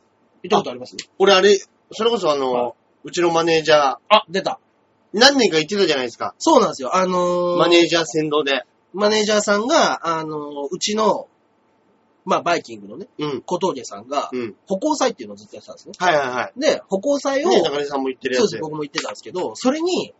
行ったことあります俺あれ、それこそあの、はうちのマネージャー、あ、出た。何年か行ってたじゃないですか。そうなんですよ。あのーマネージャー先導で。マネージャーさんが、あのーうちの、まあ、バイキングのね、うん。小峠さんが、うん。歩行祭っていうのをずっとやってたんですね。はいはいはで、歩行い。祭を、ね、中根さんも行ってるやそうでつす、で。僕も言ってたんですけど、それに、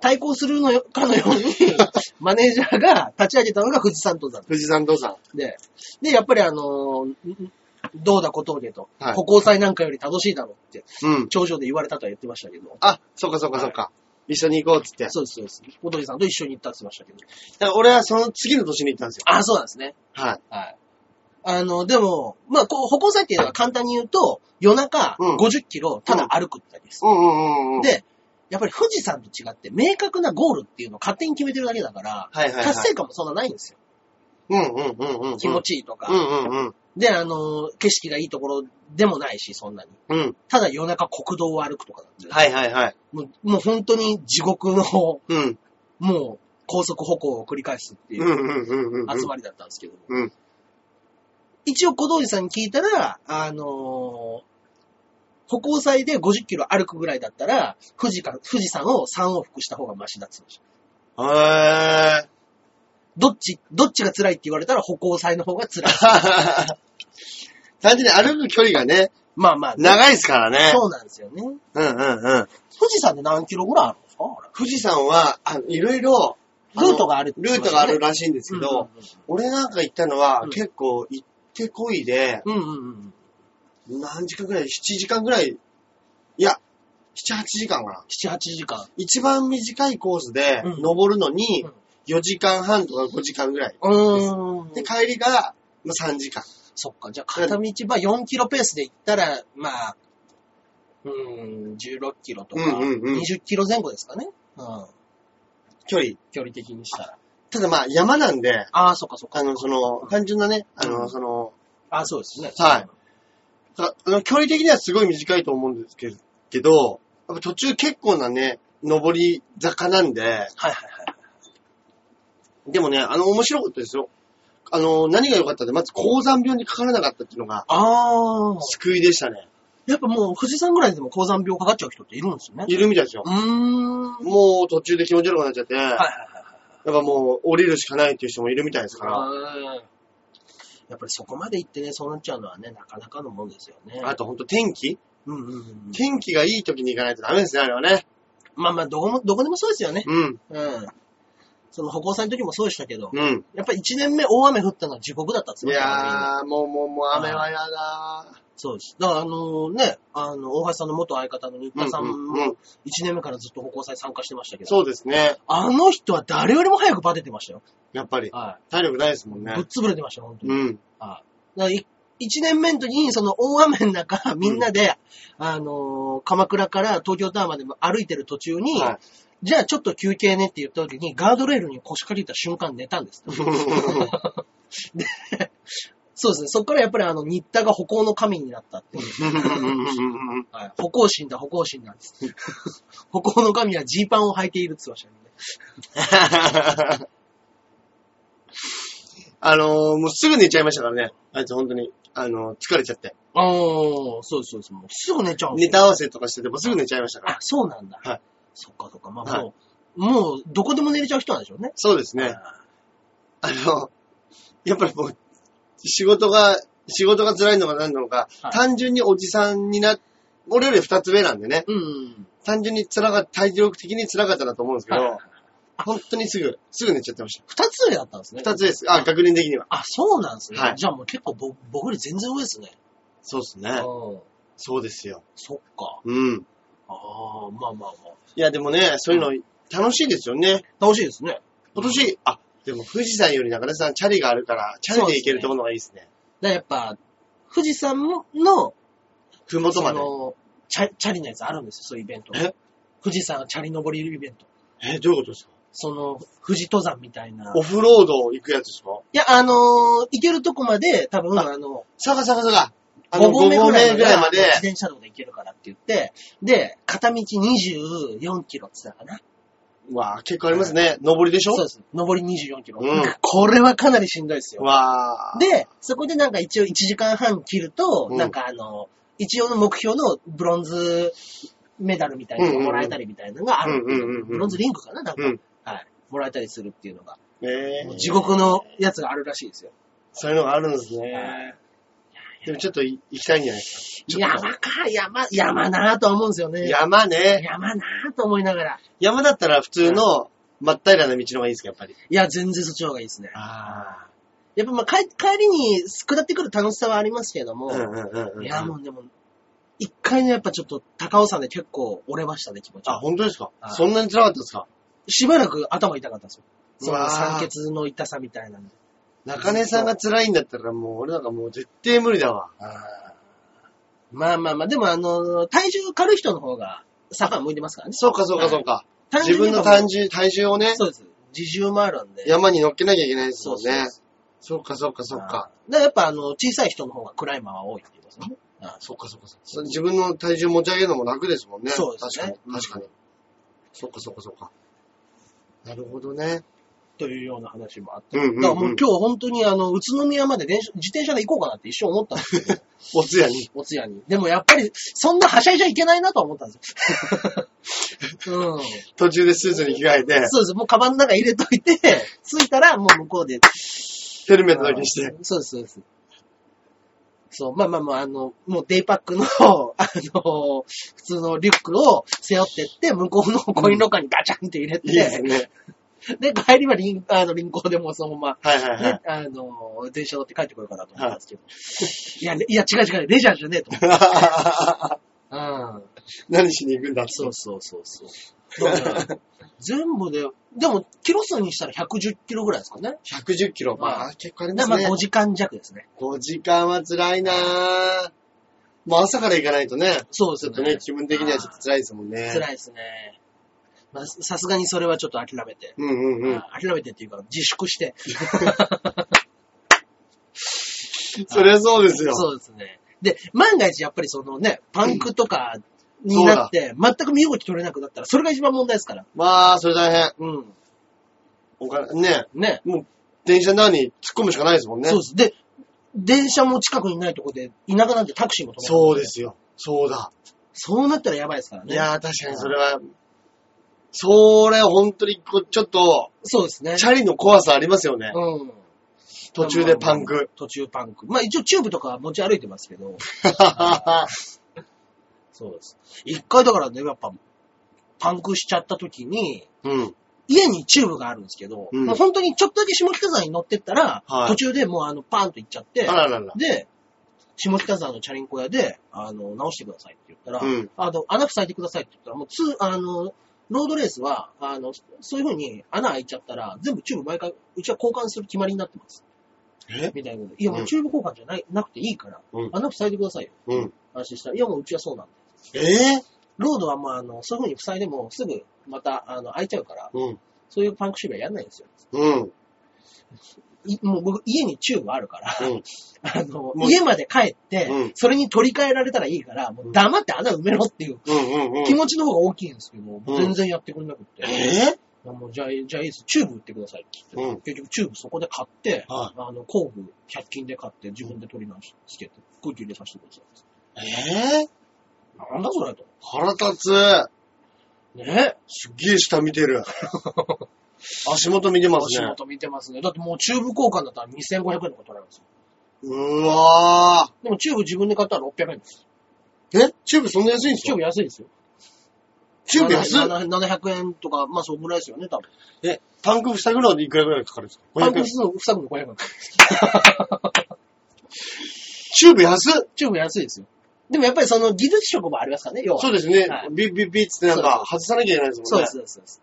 対抗するのよかのように、 マネージャーが立ち上げたのが富士山登山富士山登山。で、で、やっぱりあのーんどうだ小峠と、はい歩行祭なんかより楽しいだろうって、うん。頂上で言われたとは言ってましたけど、あ、そっかそっかそっか。一緒に行こうっつって。そうです、そうです。小峠さんと一緒に行ったって言ってましたけど、だから俺はその次の年に行ったんですよ。あ、そうなんですね。はい。はい。あの、でも、まあ、こう、歩行祭っていうのは簡単に言うと、夜中うん50キロ、ただ歩くってだけです。うんうんうんうん。で、やっぱり富士山と違って明確なゴールっていうのを勝手に決めてるだけだから、はいはい、はい。達成感もそんなないんですよ。うんうんうんうん。気持ちいいとか。うんうんうん。で、あのー、景色がいいところでもないし、そんなに。うん。ただ夜中国道を歩くとかだって、はいはいはい。もう。もう本当に地獄の、うん。もう高速歩行を繰り返すっていううんうんうんうんうん。集まりだったんですけども。うん一応小道寺さんに聞いたら、あのー歩行祭で50キロ歩くぐらいだったら、富士か、富士山を3往復した方がマシだって言ってましたへどっち、どっちが辛いって言われたら歩行祭の方 が辛い。ー。 単純に歩く距離がね、まあまあ、ね、長いですからね。そうなんですよね。富うんうんうん。士山で何キロぐらいあるんですかあれ富士山は、あいろいろ、あのルートがあるってル言ーってトがましたあねるらしいんですけど、俺なんか行ったのは、うん結構行ってこいで、うんうんうんうん。何時間ぐらい ?7 時間ぐらいいや、7、8時間かな。 7、8時間。一番短いコースでうん登るのにうん4時間半とか5時間ぐらい。うーん。で、帰りがまあ3時間。そっか、じゃあ片道、まあ4キロペースで行ったら、まあ、うーん、16キロとか、うんうんうん20キロ前後ですかね。うん。距離。距離的にしたら。ただまあ山なんで、ああ、そっかそっか。あの、その、単純なね、あうの、んその、ああ、そうですね。はいああの距離的にはすごい短いと思うんですけけど、やっぱ途中結構なね、上り坂なんで、はいはいはい。でもね、あの、面白かったですよ。あの、何が良かったって、まず高山病にかからなかったっていうのがああ。救いでしたね。やっぱもう富士山ぐらいでも高山病かかっちゃう人っているんですよね。いるみたいですよう。ーん。はいもう途中で気持ち悪くなっちゃって、はやっいはいぱもう降りるしかないっていう人もいるみたいですから。はい。やっぱりそこまで行ってね、そうなっちゃうのはね、なかなかのもんですよね。あとほんと天気うんうんうん。天気がいい時に行かないとダメですね、あれはね。まあまあ、どこも、どこでもそうですよね。うん、うん。その歩行祭の時もそうでしたけど、うん。やっぱり1年目大雨降ったのは地獄だったっついってましたからみんなやー、もうもうもう雨はやだそうです。だからあのね、あの、大橋さんの元相方の新ー。田さんうん、うんうもん。 1年目からずっと歩行祭参加してましたけど、そうですね。あの人は誰よりも早くバテてましたよ。やっぱり。は体力ないですもんい。ねぶっ。潰れてましたよ、本当に。うん。だ1年目の時に、その大雨の中、みんなで、あのー鎌倉から東京タワーまで歩いてる途中に、はいじゃあちょっと休憩ねって言った時に、ガードレールに腰掛けた瞬間寝たんです。 そうですね。そこからやっぱりあの、新田が歩行の神になったっていう。はい、歩行神だ、歩行神なん です。歩行の神はジーパンを履いているって言ってましたね。あのー、もうすぐ寝ちゃいましたからね。あいつ本当に。あのー、疲れちゃって。ああ、そうです、そうです。もうすぐ寝ちゃうんでネすよタ合わせとかしててもすぐ寝ちゃいましたからあ、。そうなんだ。はい。そっかそっか。まあ、はいもう、もう、どこでも寝れちゃう人なんでしょうね。そうですね。ああの、やっぱりもう、仕事が、仕事が辛いのか何なのか、はい単純におじさんにな、俺より二つ上なんでね、ーうん。単純に辛かった、体力的に辛かったなと思うんですけど、はい本当にすぐ、すぐ寝ちゃってました。二つ上だったんですね。二つです。あ、学年的には。あ、そうなんですね。はいじゃあもう結構ぼ僕より全然上ですね。そうですうねん。そうですよ。そっか。うん。ああ、まあまあまあ。いや、でもね、そういうの楽しいですよね。楽しいですね。今年、あ、でも富士山より中根さん、チャリがあるから、チャリで行けるところのがいいですね。だからやっぱ、富士山の、ふもとそまで。の、チャチャリのやつあるんですよ、そういうイベント。え富士山チャリ登りイベント。え、どういうことですかその、富士登山みたいな。オフロード行くやつですかいや、あのー行けるとこまで、多分、ああの、さがさがさが。あの、5 5合合目目ぐぐららいいままでで自、転車道で行けるからって言って、で、片道24キロって言ってたかな。わあ、結構ありますね。上りでしょそうです。上り24キロ。うんこれはかなりしんどいですよ。わあ。で、そこでなんか一応1時間半切ると、うんなんかあの、一応の目標のブロンズメダルみたいなのがもらえたりみたいなのがあるっうんうんてうんいうう。んブロンズリンクかななんか、うんはい。もらえたりするっていうのが、えもーう地獄のやつがあるらしいですよ。そういうのがあるんですはね。でもちょっとい行きたいんじゃないですちょっと山か、山、山なぁとは思うんですよか。ね。山ね。山なぁと思いながら。山だったら普通の真っ平らな道の方がいいですか、やっぱり。いや、全然そっちの方がいいですね。ああ。やっぱまあ帰、帰りに下ってくる楽しさはありますけども、うんうんうんうん。いや、もうでも、一回ね、やっぱちょっと高尾山で結構折れましたね、気持ちあ、は。本当ですかはいそんなに辛かったですかしばらく頭痛かったんですよ。そうわのー酸欠の痛さみたいなんで。中根さんが辛いんだったらもう俺なんかもう絶対無理だわ。まあまあまあ、でもあの、体重軽い人の方が坂向いてますからね。そうかそうかそうか。単自純に分言のえばもう単重体重をね、そうです。自重もあるんで。山に乗っけなきゃいけないですもんそうそうねそ。そうかそうかそうか。。だからやっぱあの、小さい人の方がクライマーは多いって言いますよね。あそうかそうかそうか。自分の体重持ち上げるのも楽ですもんね。そうですね確かに。確かに。そっかそっかそっか。なるほどね。というような話もあって。うんだうんからもううん。今日本当にあの、宇都宮まで電車自転車で行こうかなって一瞬思ったんですけど、お通夜に。お通夜に。でもやっぱり、そんなはしゃいじゃいけないなとは思ったんですよ。 うん。途中でスーツに着替えて、そうです。もうカバンの中入れと いて、着いたらもう向こうで。ヘルメットだけして。そうです、そうです。そう、まあまあまあ、あの、もうデイパックの、 あの、普通のリュックを背負ってって、向こうのコインロッカーにガチャンって入れて、いいですね。で、帰りはリン、あの、輪行でもうそのまはいはいま、はねい。、あの、電車乗って帰ってこようかなと思ったんですけど。いや、ねいや、違う違う、レジャーじゃねえと 思って。うん。 何しに行くんだって。そうそうそうそう。だから全部で、でも、キロ数にしたら110キロぐらいですかね。 110キロ。まうあ、結構ありまですまあね。 5時間弱ですね。 5時間は辛いなぁ。もう朝から行かないとね、そうでちすょっとね、ね。気分的にはちょっと辛いですもんね。辛いですね。まあ、さすがにそれはちょっと諦めて。うんうんうん。あ諦めてっていうか、自粛して。そりゃそうですよ。そうですね。で、万が一やっぱりそのね、パンクとかになって、全く身動き取れなくなったら、それが一番問題ですから。まあ、それ大変。うん。お金、ね。ね。電車なのに突っ込むしかないですもんね。そうです。で、電車も近くにないとこで、田舎なんてタクシーも止まるそうですよ。そうだ。そうなったらやばいですからね。いやー、確かにそれは、それ本当にこう、ちょっと、そうですね。チャリの怖さありますよね。うん。途中でパンク。。途中パンク。まあ一応チューブとかは持ち歩いてますけど、そうです。一回だからね、やっぱ、パンクしちゃった時に、うん。家にチューブがあるんですけど、うんもう本当にちょっとだけ下北沢に乗ってったら、はい途中でもうあの、パーンと行っちゃって、あららら。で、下北沢のチャリンコ屋で、あの、直してくださいって言ったら、うんあの、穴塞いでくださいって言ったら、もう、つ、あの、ロードレースは、あの、そういう風に穴開いちゃったら、全部チューブ毎回、うちは交換する決まりになってます。えみたいなことで。いや、もうチューブ交換じゃない、なくていいから、うん穴塞いでくださいよ。うん。話したら、いや、もううちはそうなんだ。えぇ、ロードは、まあ、あの、そういう風に塞いでも、すぐ、また、あの、開いちゃうから、うん。そういうパンク修理はやんないんですよ。うん。いもう僕、家にチューブあるから、うん あの、もう家まで帰って、うんそれに取り替えられたらいいから、もう黙って穴埋めろっていううんうんうん。気持ちの方が大きいんですけど、うん全然やってくれなくて、えもうじゃあ、じゃあいいです、チューブ売ってくださいって言って、うん結局チューブそこで買って、はあの、工具100均で買って自分で取り直して、つけて、空気入れさせてくださいって。ぇ、えぇ、なんだそれと。腹立つ。ねすっげえ下見て る。足元見てます足ね。元見てますね。だってもうチューブ交換だったら2500円とか取られますよ。うわでもチューブ自分で買ったら600円です。ぁ。えチューブそんな安いんですチューかブ安いですよ。チューブ安い ?700 円とか、まあそんぐらいですよね、多分。え、パンク塞ぐのにいくらぐらいかかるんですかパン500ク指数塞ぐの500円。チューブ安っチューブ安いですよ。でもやっぱりその技術職もありますからね、要は。そうですねはい。ビッビッビッつってなんか外さなきゃいけないですそもうんでねす。。そうです、そうです。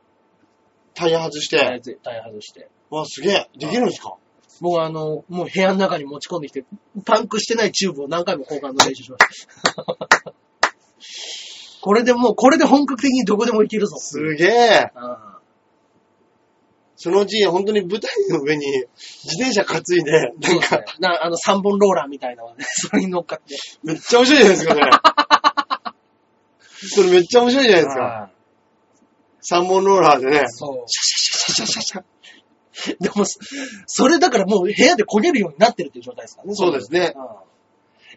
タイヤ外して。絶対外して。わ、すげえ。できるんですかもうあの、もう部屋の中に持ち込んできて、パンクしてないチューブを何回も交換の練習しました。 これでもう、これで本格的にどこでも行けるぞ。すげえ。あそのうち本当に舞台の上に 自転車担いで、なあそうんですねか、。なあの、3本ローラーみたいなのね、それに乗っかって。めっちゃ面白いじゃないですか、それ。それ めっちゃ面白いじゃないですか。はい三本ローラーでね。そう。シャシャシャシャシャシャでも、そそれだからもう部屋で焦げるようになってるっていう状態ですからね。そうですねうん。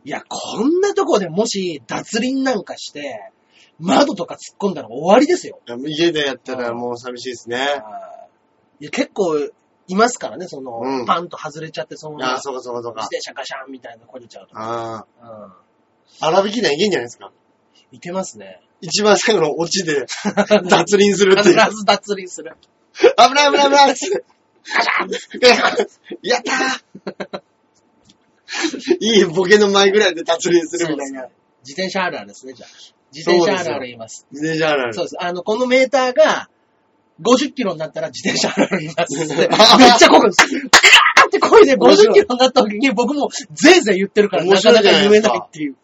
いや、こんなとこでもし脱輪なんかして、窓とか突っ込んだら終わりですよ。家でやったらもう寂しいですね。いや、結構いますからね、その、うんパンと外れちゃって、その、ああ、自そうかそうかそうか。転車ガシャンみたいなのこれちゃうと。あうん。あ。粗引きないけんじゃないですか。いけますね。一番最後のオチ で脱輪するって必いう。ず脱輪する。危ない危ない危ないっつって。やったーいいボケの前ぐらいで脱輪するみたいな。自転車あるあるですね、じゃあ。自転車あるある言います。自転車あるあるそうです。あの、このメーターが、50キロになったら自転車あるあるいますっつってめっちゃこぐんです。ガーって声で50キロになった時に僕もぜいぜい言ってるから面なか白いなじかゃない言でえすかないっていう。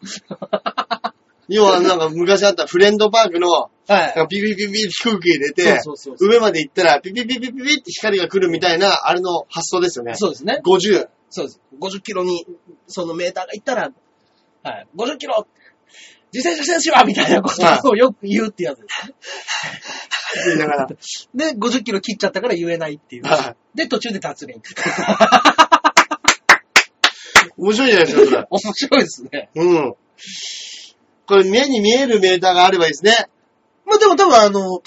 要はなんか昔あったフレンドパークの、はい。ピピピピピ低く入れてそうそう、そう上まで行ったらピピピピピピって光が来るみたいな、あれの発想ですよね。そうですね。 50。そうです。50キロに、そのメーターがいったら、はい、50キロ自転車選手はみたいなことをよく言うってやつですね。言いながら。で、50キロ切っちゃったから言えないっていう。はいで、途中で脱 輪。面白いじゃないですか、それ。面白いですね。うん。これ目に見えるメーターがあればいいですね。まあでも多分あの、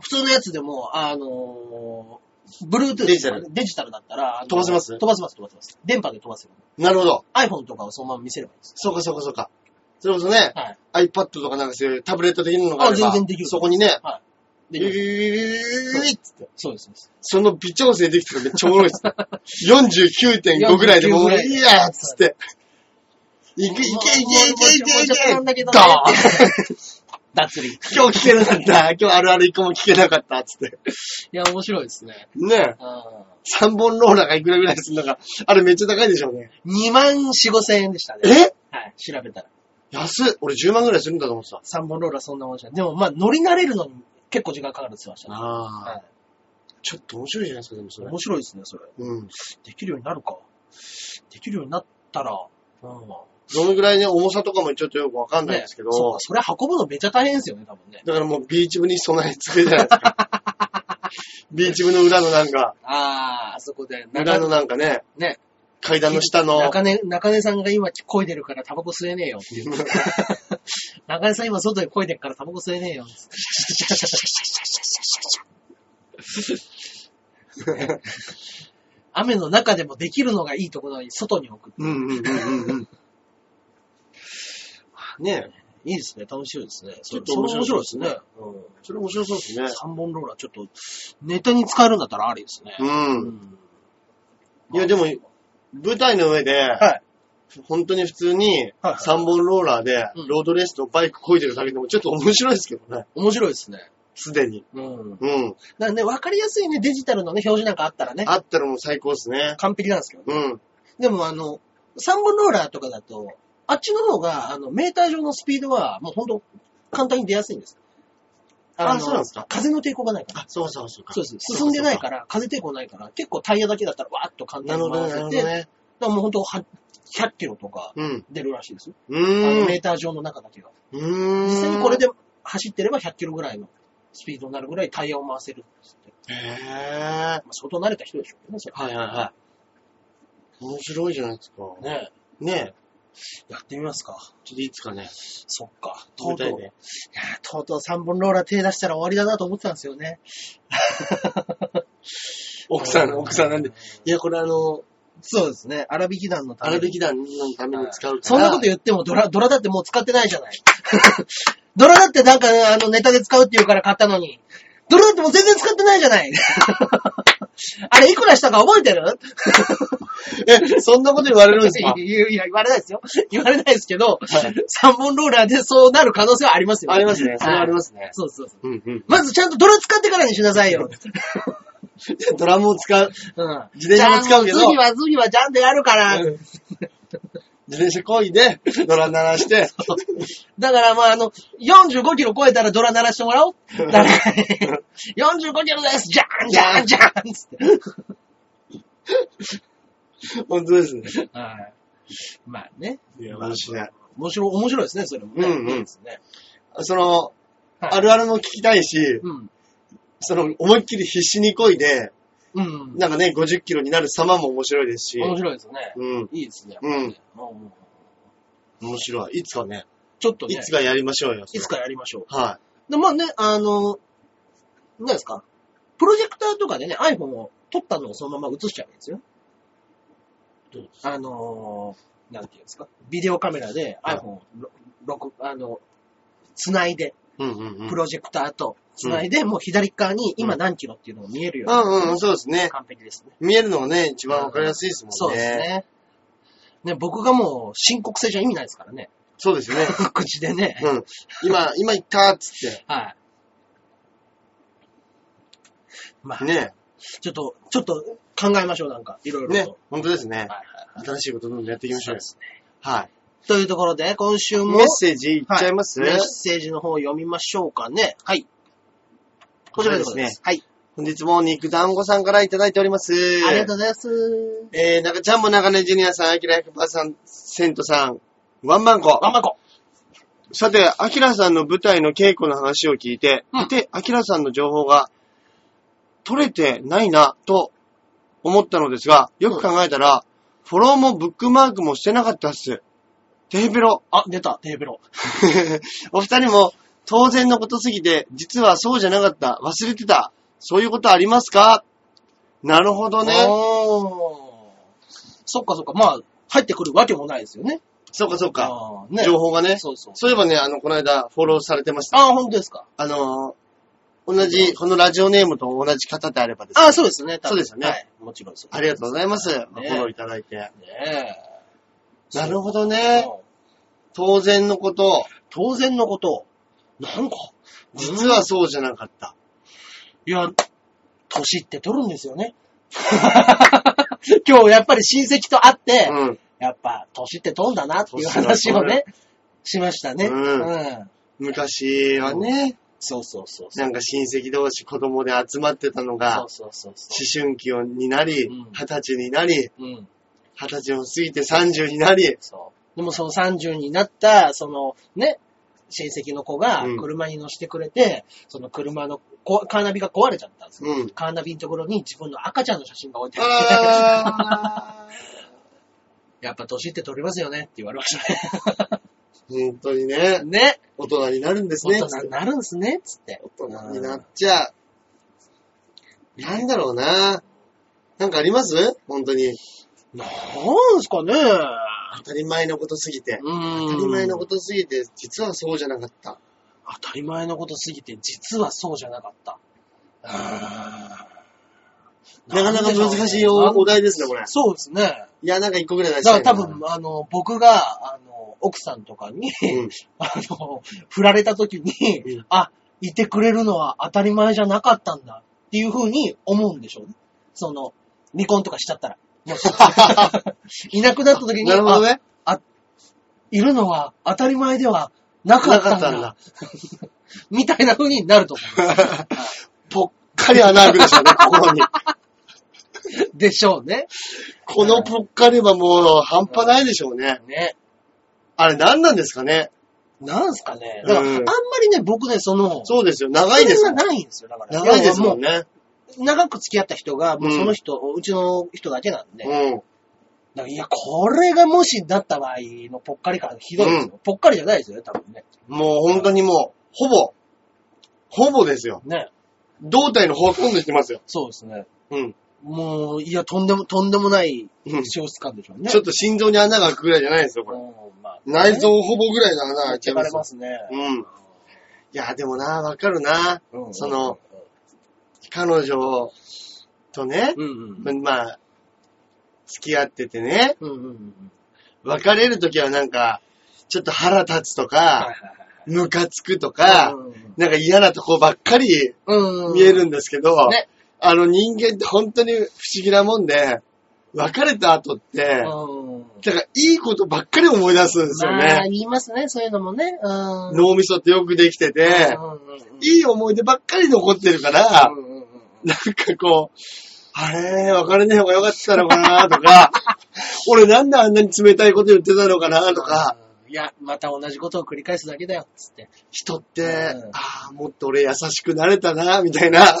普通のやつでも、あの、Bluetooth とかねデジタルデジタルだったら、あの飛ばせます飛ばせます、飛ばせます。電波で飛ばせる。なるほど。 iPhone とかをそのまま見せればいいです。そうかそうかそうか。それこそね、はい。 iPad とかなんかそういうタブレット的なのがあれば、あ全然できるそこにね、でビビビビビビビビって、そうです、そうです。その微調整できたらめっちゃおもろいです。49.5ぐらいでも49う、ぐらいいやーっつって。いけいけいけいけいけいけなんだけどドねーン脱輪。い今日聞けなかった。今日あるある一個も聞けなかった。つって。や、面白いですね。ねうん。 3本ローラーがいくらぐらいするのか。あれめっちゃ高いでしょうね。 2万4、5千円でしたね。えはい、調べたら。安っ。俺10万ぐらいするんだと思ってた。 3本ローラーそんなもんじゃない。でもまあ、乗り慣れるのに結構時間かかるって言ってましたね。あはあ。ちょっと面白いじゃないですか、でもそい。れ面。白いですね、それ。うん。できるようになるか。できるようになったら、うん。どのぐらいね、重さとかもちょっとよくわかんないですけど、ねそうか、それ運ぶのめっちゃ大変ですよね、多分ね。だからもうビーチ部に備え付けじゃないですか。 ビーチ部の裏のなんか、あー、あそこで。裏のなんかね、ね。階段の下の、中根、中根さんが今漕いでるからタバコ吸えねえよって いう。中根さん今外で漕いでるからタバコ吸えねえよ。雨の中でもできるのがいいところに外に置く。うんうんうんうん うん。ねえ、いいですね。楽しいですね。ちょっと面白いですねそれ面白それ面白いですね。そうですね。 3本ローラーちょっと、ネタに使えるんだったらありですね。うん。んいやでも、舞台の上で、はい本当に普通にはい3本ローラーでうんロードレースとバイク漕いでるだけでもちょっと面白いですけどね、面白いですね。すでに。うん。うん。なんで、わかりやすいね、デジタルのね、表示なんかあったらね、あったらもう最高ですね。完璧なんですけどね。うん。でも、あの、3本ローラーとかだと、あっちの方が、あの、メーター上のスピードは、もうほんと、簡単に出やすいんです。あのそうなんですか風の抵抗がないから。そうそうそうかそうです。進んでないから、風抵抗ないから、結構タイヤだけだったら、わーっと簡な単るにほど回ね、せなるほて、どだかね。らもうほんと、は100キロとかうん。出るらしいですよ。うあのーメん。ーター上の中だけが。うーん。実際にこれ。で走ってれば100キロぐらいのスピードになるぐらいタイヤを回せるんですっへて。ー。まあ、相当慣れた人でしょうけどね、それはいはいはい。面白いじゃないですか。ねねえ。やってみますか。ちょっといつかね、そっか。と食うべとたう、いね。いやーとうとう3本ローラー手出したら終わりだなと思ってたんですよね。奥さん、奥さんなんで。。いや、これあの、そうですね。荒引き団のため荒に。引き団のために使うから。そんなこと言ってもドラ、ドラだってもう使ってないじゃない。 ドラだってなんか、あの、ネタで使うって言うから買ったのに。ドラだってもう全然使ってないじゃない。 あれ、いくらしたか覚えてるえ、そんなこと言われるんですか いや、いや言われないですよ。言われないですけど、三本ローラーでそうなる可能性はありますよ、ありますね。それはありますね。そうそうそう。うんうん。まずちゃんとドラ使ってからにしなさいよ。 ドラムを使う。うん。自転車も使うけどじゃあ次は次はちゃんとやるから。自転車こいで、ドラ鳴ら して。だからまああの、45キロ超えたらドラ鳴らしてもらおう。誰かに45キロですじゃんじゃんじゃんつって。本当ですね。はい。まあね。いや、面白い。面白い、面白いですね、それもね。うんうんいいですね。その、はいあるあるも聞きたいし、うん。その、思いっきり必死にこいで、うん。なんかね、50キロになる様も面白いですし。面白いですね。うん。いいですね。うん。うん面白い。いつかね。ちょっとねい、つかやりましょうよ。いつかやりましょう。はで、まあね、あの、何ですかプロジェクターとかでね、iPhone を撮ったのをそのまま映しちゃうんですよ。どうであのー、なんていうんですかビデオカメラではい iPhone をろ録、あの、つないで、い。うんうんうん。プロジェクターとつないで、もう左側に今何キロっていうのが見えるように、うんうん、そうですね。完璧ですね。見えるのがね、一番わかりやすいですもんね。そうです。ね。ね、僕がもう深刻性じゃ意味ないですからね。そうですね。 口でね。うん。今、今行ったっつって。はい。まあ、ね。ちょっと、ちょっと考えましょう、なんか、いろいろと。ね。本当ですねは。いはいはい。新しいことどんどんやっていきましょうよ。そうですねはい。というところで、今週もメッセージいっちゃいますメッセージの方を読みましょうかね。はい。ここちちららでですすねね。はい。本日も肉団子さんからいただいております。ありがとうございます。えー、中ちゃんも長年ジュニアさん、アキラ100%さん、セントさん、ワンマンコ。頑張こさて、アキラさんの舞台の稽古の話を聞いて、うんで、アキラさんの情報が取れてないなと思ったのですが、よく考えたら、フォローもブックマークもしてなかったっす。テヘペロ。あ、出た、テーブル。 お二人も当然のことすぎて、実はそうじゃなかった。忘れてた。そういうことありますかなるほどね。おーそっかそっか。まあ、入ってくるわけもないですよね。そうかそうか。あーね。情報がね。そうそう。そういえばね、あの、この間フォローされてました。ああ、本当ですか。あのー同じ、このラジオネームと同じ方であればですね、ああ、そうですね。多分そうですよねはい。もちろんですよ。ありがとうございます。ねごフォローいただいて。ねえ。なるほどそうね。当然のこと、当然のこと。なんか、実はそうじゃなかった。いや、年って取るんですよ ね。今日やっぱり親戚と会って、うん。やっぱ年って取るんだなっていう話をね、しましたね。うんん昔はね、そうそうそうそう。なんか親戚同士子供で集まってたのが、そうそうそうそ思春期になりうん、二十歳になり、う。うん。二十歳を過ぎて三十になり、そう。でもその30になった、そのね、親戚の子がうん車に乗せてくれて、その車のこカーナビが壊れちゃったんですよ。うん。カーナビのところに自分の赤ちゃんの写真が置いてあって、あ やっぱ年って取れますよねって言われましたね。ー 本当にね、ね。 大人になるんです大ね。人になるんすね、つって。大人になっちゃう。なんだろうな。なんかあります本当に。なんすかね。当たり前のことすぎて。当当たり前のことすぎて、実はそうじゃなかった。当たり前のことすぎて、実はそうじゃなかった。ななかなか難しいおお題ですね、これ。そうですね。いや、なんか一個ぐらい出しだかたらいな。多分、あの、僕が、あの、奥さんとかに、うん。 あの、振られた時に、うんあ、いてくれるのは当たり前じゃなかったんだっていう風に思うんでしょうね。その、離婚とかしちゃ ったら。もしいなくなった時に、なるほどね。いるのは当たり前ではなかったんだ。なかみたいな風になると思 ぽっかり穴開くでしょうね、ここに。う。でしょうね。このぽっかりはもう半端ないでしょうね。ね。あれ何なんですかねなんすかね。だから、うんあんまりね、僕ね、その、そうですよ、長いですそもれんがないんですよ。だから。長いですも要はんもね。う長く付き合った人が、もううんその人、うちの人だけなんで。だうん。からいや、これがもしだった場合のぽっかり感ひどいですよ。ぽっかりじゃないですよね、多分ね。もう本当にもう、ほぼ、ほぼですよ。ね。胴体の方向んでしてますよ。そうですね。うん。もう、いや、とんでも、とんでもないうん消失感でしょうね。ちょっと心臓に穴が開くぐらいじゃないですよ、これ。うんまあ、内臓ほぼぐらいの穴が持開っいちゃていかまれす。ますね。うん。いや、でもな、わかるな。うんその、彼女とね、うんうん。まあ、付き合っててね、うんうんうん。別れるときはなんか、ちょっと腹立つとはいか、はムカつくといはい。か、うんなんか嫌なとこばっかりうんうん見えるんですけど、ねあの人間って本当に不思議なもんで、別れた後って、うん。だからいいことばっかり思い出すんですよまあ、ね。言いますね、そういうのもね。うん。脳みそってよくできてて、いいい思い出ばっかり残ってるから、うんうんうんなんかこう、あれ、別れない方がよかったのかなと か、俺なんであんなに冷たいこと言ってたのかなとか、うんいや、また同じことを繰り返すだけだよ、つって。人っうてん、ああ、もっと俺優しくなれたな、みたいな、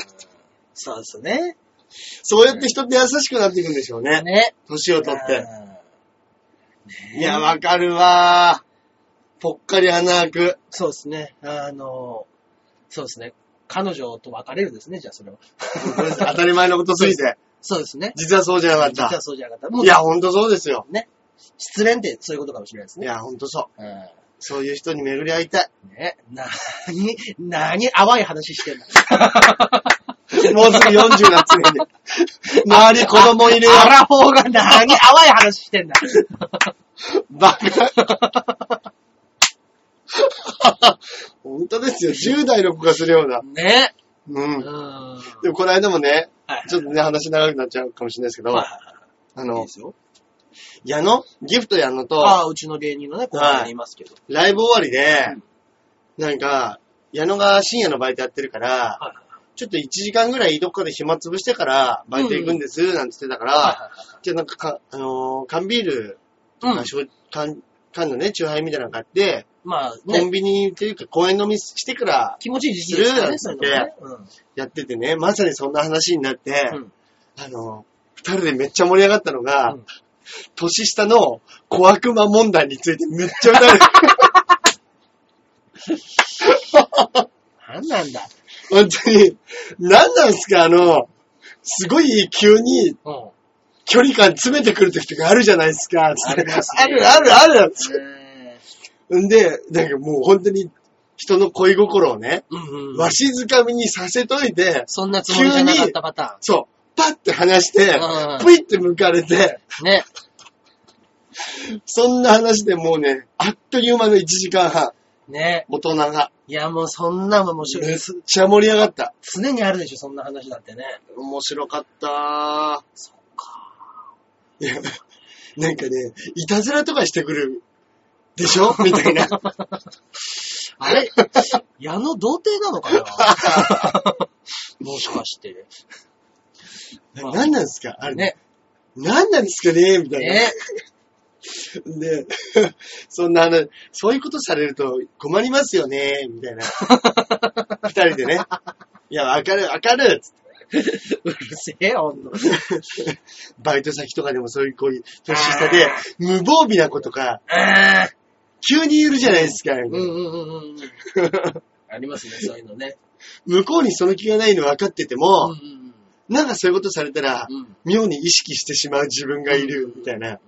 そうですね。そうやって人って優しくなっていくんでしょうね。ね。年をと取って。。いや、わかるわー。ぽっかり穴開く。 そうですね。あの、そうですね。彼女と別れるですね、じゃあそれは。当たり前のことすぎて。そうですね。実はそうじゃな実かっはそうじゃなかった。もた。ういや、ほんとそうですよ。失恋ってそういうことかもしれないですいね。や、ほんとそう。うんそういう人に巡り会いたい。ね、なに、なに、淡い話してんの。もうすぐ40なつめ に。周り子供いるよ。アラフォーがなに、淡い話してんだ。バカ。 本当ですよ。10代の子がするような。ね。う。うんん。はでもこの間もね、い。ちょっとね、話長くなっちゃうかもしれないですけど、まああ、いいので、すよ。矢野、ギフト矢野と、ああ、うちの芸人のね、後輩がいますけど。ライブ終わりでうん、なんか、矢野が深夜のバイトやってるからはい、ちょっと1時間ぐらいどっかで暇つぶしてからバイト行くんです、なんて言ってたから、じゃあなんかか、あのー缶ビール、うんまあ。しょ缶、缶のね、チューハイみたいなの買って、まあコンね、ビニっていうか公園飲みしてから気持ちいい時期ですからね、すそういるうのはね。うんやっててね、まさにそんな話になって、うんあの、二人でめっちゃ盛り上がったのが、うん年下の小悪魔問題についてめっちゃ歌う。なんなんだ。本当に、何なんすか、あの、すごい急にうん。距離感詰めてくる時とかあるじゃないですか。ありますねあるあるある。えんで、なんかもう本当に人の恋心をね、ーうんうんわしづかみにさせといて、そんなつもりじゃなかったパタそう、パッて離してうん、ぷいって向かれて、ーン。ね。そんな話でもうね、あっという間の1時間半、ね。大人が。いや、もうそんなもんもうしめっちゃ盛り上がった。常にあるでしょ、そんな話だってね。面白かったそっか。いや、なんかね、いたずらとかしてくるでしょみたいな。あれ矢野童貞なのかなもしかして。ま あ何なんですかあれね。ね。何なんですかねみたいな。ね。で、 そんな話、そういうことされると困りますよねみたいな。二人でね。いや、わかる、わかるつってうるせえよ、ほんと。バイト先とかでもそういう、こういう年下で、無防備な子とか、あー急にいるじゃないですか。みうたいなんうんうんうん。ありますね、そういうのね。 向こうにその気がないの分かっててうんうも、んなんかそういうことされたらう、ん。うん妙に意識してしまう自分がいる、みたいな。あ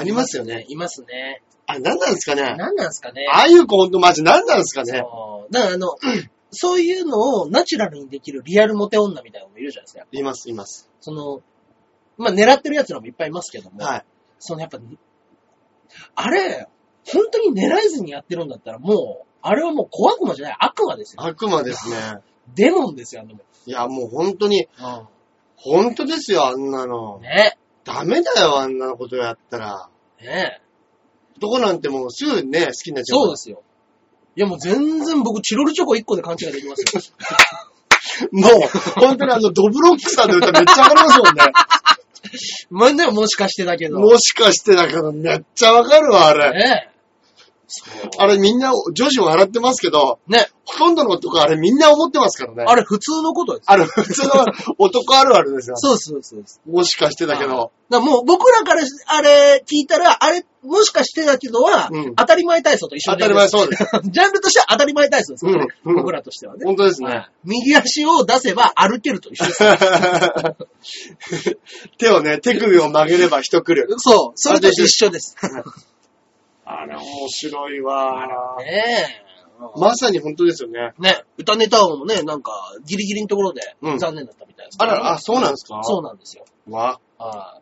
ありますよね。。いますね。あ、何なんですかね何なんすかね。ああいう子ほんとマジ何なんですかねそうだからあの、 そういうのをナチュラルにできるリアルモテ女みたいなのもいるじゃないですか。います、います。その、まあ、狙ってる奴らもいっぱいいますけども、はい。そのやっぱ、あれ、本当に狙いずにやってるんだったらもう、あれはもう小悪魔じゃない悪魔ですよ。悪魔ですね。デモンですよ、あのもいや、もう本当に、ん。本当ですよ、あんなの。ねダメだよ、あんなことやったら。ね男なんてもうすぐね、好きになっちゃう。そうですよ。いやもう全然僕、チロルチョコ1個で勘違いできますよ。 もう、本当にあの、ドブロックさんの歌めっちゃわかりますもん ね。まあね、もしかしてだけど。もしかしてだからめっちゃわかるわ、あれ。ねそうあれみんな、女子笑ってますけど、ね。ほとんどの男あれみんな思ってますからね。あれ普通のことです。あの、普通の男あるあるですよ。そうです、そうですそうです。もしかしてだけああど。。だからもう僕らからしあれ聞いたら、あれ、もしかしてだけどは、うん当たり前体操と一緒当にたり前そうです。 前。ジャンルとしては当たり前体操ですよね。うんうん僕らとしてはね。本当ですね。右足を出せば歩けると一緒です。 手をね、手首を曲げれば人来る。そう。それと一緒です。あれ面白いわ。ねえ。 まさに本当ですよね。ね、歌ネタ王もね、なんか、ギリギリのところでうん残念だったみたいですあからね、ら、あ、そうなんですかそうなんですよ。う。わ、は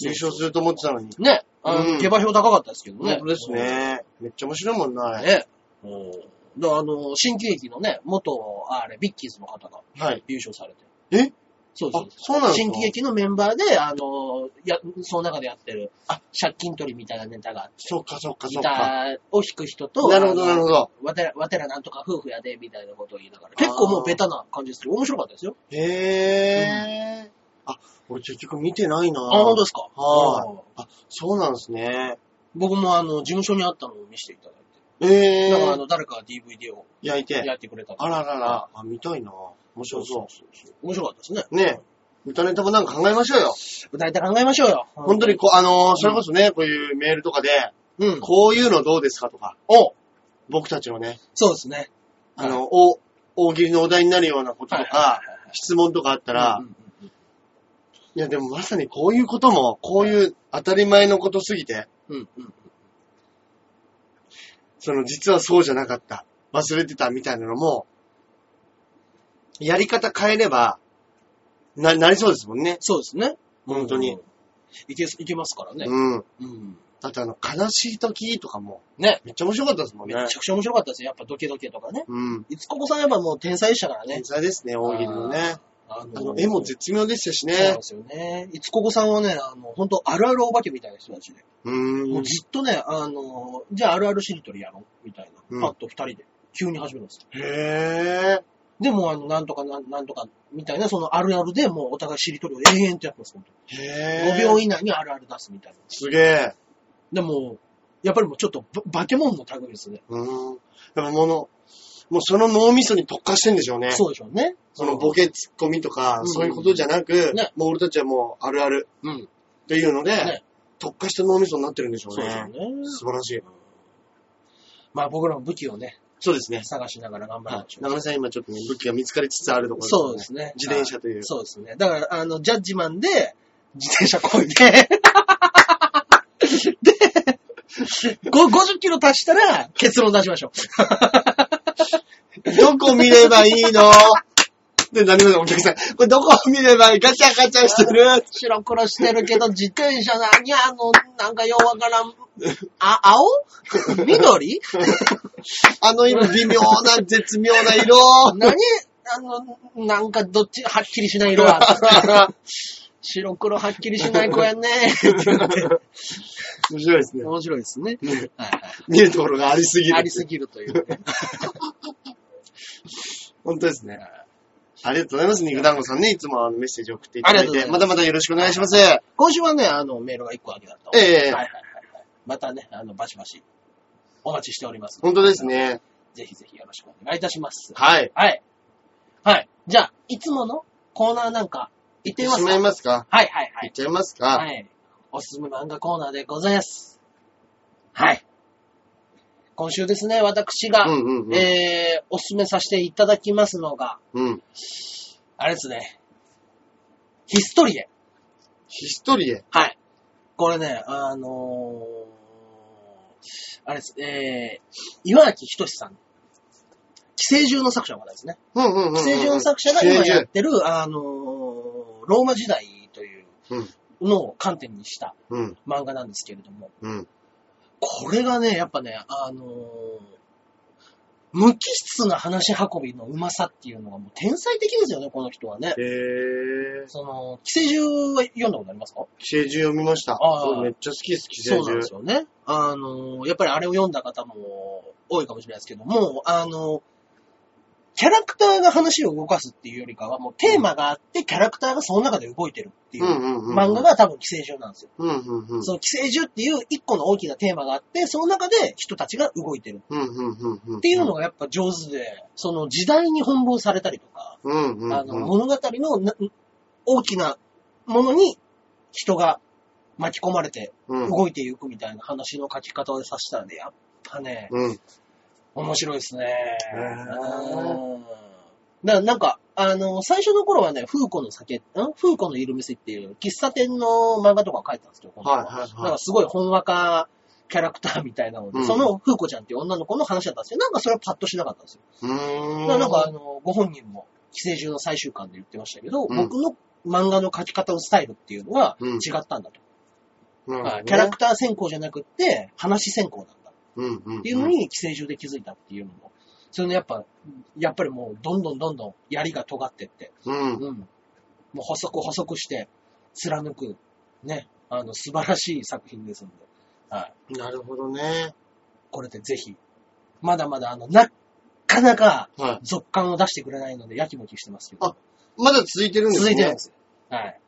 い優勝すると思ってたのに。ね、あのうん下馬評高かったですけどね。本当ですね。めっちゃ面白いもんな、あれね。うん。だからあの、新喜劇のね、元、あれ、ビッキーズの方がはい。優勝されて。えそうそうあそうなんですか新喜劇のメンバーで、あの、や、その中でやってる、あ、借金取りみたいなネタがあって、そっかそっかギそっか。ターを弾く人と、なるほど、なるほほど。ど。わてら、わてらなんとか夫婦やで、みたいなことを言いながら。結構もうベタな感じですけど、面白かったですよ。へー。あ、俺結局見てないな。あ、本当ですかはいうんあ、そうなんですね。僕もあの、事務所にあったのを見せていただいえて。だからあー。の、誰かが DVD を焼いて。やってくれたんであららら、あ、見たいな。面白そう。面白かったですね。ね歌ネタもなんか考えましょうよ。歌い手考えましょうよ。本当にこう、あのーそれこそね、こういうメールとかで、うん。こういうのどうですかとか、お僕たちのね、そうですね。あの、お、大喜利のお題になるようなこととはいはいか、質問とかあったら、うんうんうんいやでもまさにこういうことも、こういう当たり前のことすぎて、うんうん。その実はそうじゃなかった、忘れてたみたいなのも、やり方変えれば、な、なりそうですもんね。そうですね。本当にうん。いけす、いけますからね。うん。うん。だってあの、悲しい時とかも、ね。めっちゃ面白かったですもんめね。ちゃくちゃ面白かったですよ。やっぱドキドキとかね。うん。いつここさんやっぱもう天才でしたからね天。才ですね、大喜利のね。ああの、絵も絶妙でしたしそうなんねで。すよね。いつここさんはね、あの、本当あるあるお化けみたいな人たちで。うもー。うんずっとね、あの、じゃああるあるしりとりやろうみたいうんな。パッと二人で、急に始めるんですよ。へぇで、もうあの、なんとかなんなんとかみたいな、そのあるあるでもうお互いしりとりを永遠とやってます、本ー。へ当。ぇー。 5秒以内にあるある出すみたいな。すげえ。でも、やっぱりもうちょっとば、化け物の類ですね。うん。やっぱもの、もうその脳みそに特化してんでしょうね。そうでしょうね。そのボケツッコミとか、うんそういうことじゃなく、ねもう俺たちはもうあるあるうん。っていうので、ね特化した脳みそになってるんでしょうそうでしょうね。ね。素晴らしい。まあ僕らも武器をね、そうですね。探しながら頑張るはでしい。ょう。中根さん今ちょっとね、武器が見つかりつつあるところそうですね。自転車という。そうですね。だから、あの、ジャッジマンで、自転車こいで、 で、ご50キロ足したら結論出しましょう。どこ見ればいい ので、なりますお客さん。これどこ見ればいいガチャガチャしてる白黒してるけど、自転車何あの、なんかようわからん。あ、青緑あの今微妙な絶妙な 色何あの、なんかどっち、はっきりしない色は。白黒はっきりしない子やね。 面白いですね。面白いですね。はいはい見るところがありすぎる。ありすぎるというね。本当ですね。ありがとうございます。肉団子さんね、いつもあのメッセージ送っていただいありがて、とうまだございますまだよろしくお願いします。今週はね、あの、メールが1個あげだと。ええはいはいはいはい。またね、あの、バシバシ、お待ちしております。本当です。ね。ぜひぜひよろしくお願いいたします。はい。はい。はい。じゃあ、いつものコーナーなんか、行ってみ行ってしますかまいますかはいはいは行いっ。ちゃいますか、はい。おすすめ漫画コーナーでございます。はい。今週ですね、私が、うんうんうんえー、おすすめさせていただきますのが、うん。あれですね、ヒストリエ。ヒストリエ。はい。これね、あのー、あれです、えー、岩脇仁さん。寄生獣の作者の方ですね。うんうんうんうん。寄生獣の作者が今やっ寄てる、あのー、ローマ時代という生獣のを観点にしたうん。漫画なんですけれども、うん。うん。これがね、やっぱね、あのー、無機質な話し運びのうまさっていうのがもう天才的ですよね、この人はね。えー、その、寄生獣は読んだことありますか寄生獣読みました。あー僕めっちゃ好きです、寄生そうな獣。んですよね。あの、やっぱりあれを読んだ方も多いかもしれないですけども、あの、キャラクターが話を動かすっていうよりかは、もうテーマがあって、キャラクターがその中で動いてるっていううんうんうん。漫画。が多分寄生獣なんですよ。うんうんうん。その寄生獣っていう一個の大きなテーマがあって、その中で人たちが動いてるうんうんうんうん。っっていうのがやっぱ上手で、その時代に翻弄されたりとか、うんうんうん。あの、物語のな大きなものに人が巻き込まれてうん。動いていくみたいな話の書き方でさせたんで、やっぱね、うん。面白いですね。ーうんななんか、あの、最初の頃はね、フーコの酒、んフーコのいる店っていう喫茶店の漫画とかを書いてたんですけど、今度はいはいはいなんかすごいほんわかキャラクターみたいなので、うんそのフーコちゃんっていう女の子の話だったんですけど、なんかそれはパッとしなかったんですよ。うーん。だからなんかあの、ご本人も寄生獣の最終巻で言ってましたけど、うん僕の漫画の書き方のスタイルっていうのはうん違ったんだと。なるほどね、キャラクター選考じゃなくって、話選考なんだ。うんうん。っていうのに寄生獣で気づいたっていうのも、それのやっぱ、やっぱりもうどんどんどんどん槍が尖ってって、うん。うん。もう細く細くして貫く、ね、あの素晴らしい作品ですので、はい。なるほどね。これでぜひ、まだまだあの、なかなかは続感を出してくれないのでやきもきしてますけど、あい。まだ続いてるんですね。続いてるんです。はい。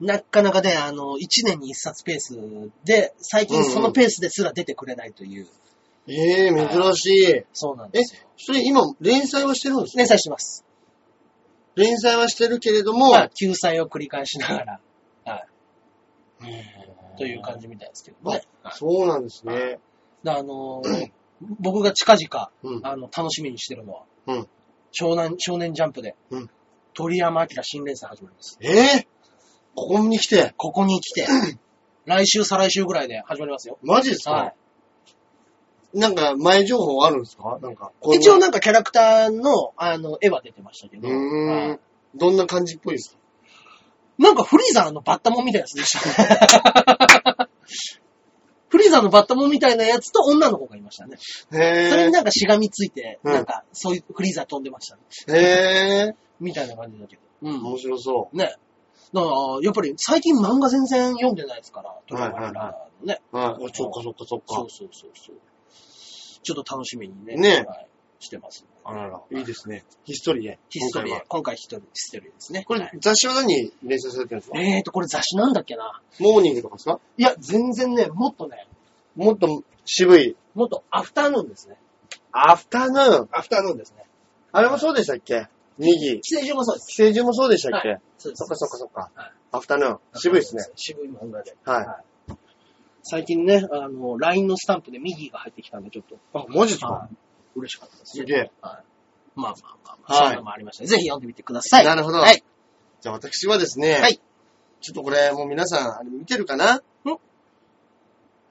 なかなかね、あの、1年に1冊ペースで、最近そのペースですら出てくれないという、ええ珍しい。そうなんえですよ。、それ今、連載はしてるんですね。連載してます。連載はしてるけれども、まあ、救済を繰り返しながら、という感じみたいですけどね。はいそうなんですね。であのー僕が近々、うん。あの、楽しみにしてるのは、うん少年、少年ジャンプで、うん鳥山明新連載始まります。ええここに来て、ここに来て、来週、再来週ぐらいで始まりますよ。マジですか、はなんか、前情報あるんですかなんか、い。一応ね、なんかキャラクターの、あの、絵は出てましたけうど、ーん、はいどんな感じっぽいですかなんかフリーザーのバッタモンみたいなやつでした ね。フリーザーのバッタモンみたいなやつと女の子がいましたね。へそれにえなんかしがみついて、うんなんか、そういうフリーザー飛んでましたね。。へえ。みたいな感じだけど。う面白そん。ね。だから、やっぱり最近漫画全然読んでないですから、とかはいはいはね。う。はい。あそっかそっかそっそうか。そうそうそう。ちょっと楽しみにね。ねはい、してます。あらら。いいですね。ヒストリエ。ヒストリ今ー回は。今回ヒストリー、ヒストリーですね。こはれい、雑誌は何連載されてるんですかえーと、これ雑誌なんだっけな。モーニングとかですかいや、全然ね、もっとね、もっと渋い。もっとアフタヌーンですね。アフタヌーン。アフタヌーンですね。あれもそうでしたっけ右。寄生虫もそうです。寄生獣もそうでしたっけ、はいそうですそっかそっかそっかはい。アフタヌーン。渋いですね。。渋い漫画で。はい最近ね、あの、LINE のスタンプでミギーが入ってきたんで、ちょっと、あ、文字はい嬉しかったですすね。げえ。はい。まあまあまあ、まあはいそういうのもありましたね。ぜひ読んでみてください。なるほどはい。じゃあ私はですね、はいちょっとこれ、もう皆さん、あれ見てるかな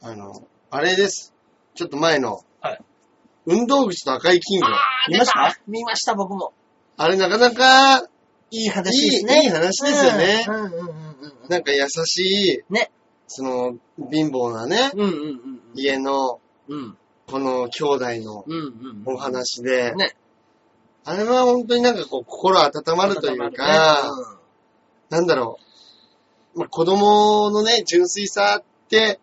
あの、あれです。ちょっと前の、はい運動口と赤いキング。ああー見ました見ました、僕も。れなかなか、いいい話い、ですね。いい話ですよね。うんうんうんうんうん。なんか優しい、ねその、貧乏なね、うんうんうん家の、うん。うんこの兄弟のうんうん。お話で、ねあれは本当になんかこう、心温まるというか、なんだろう。まあ、子供のね、純粋さって、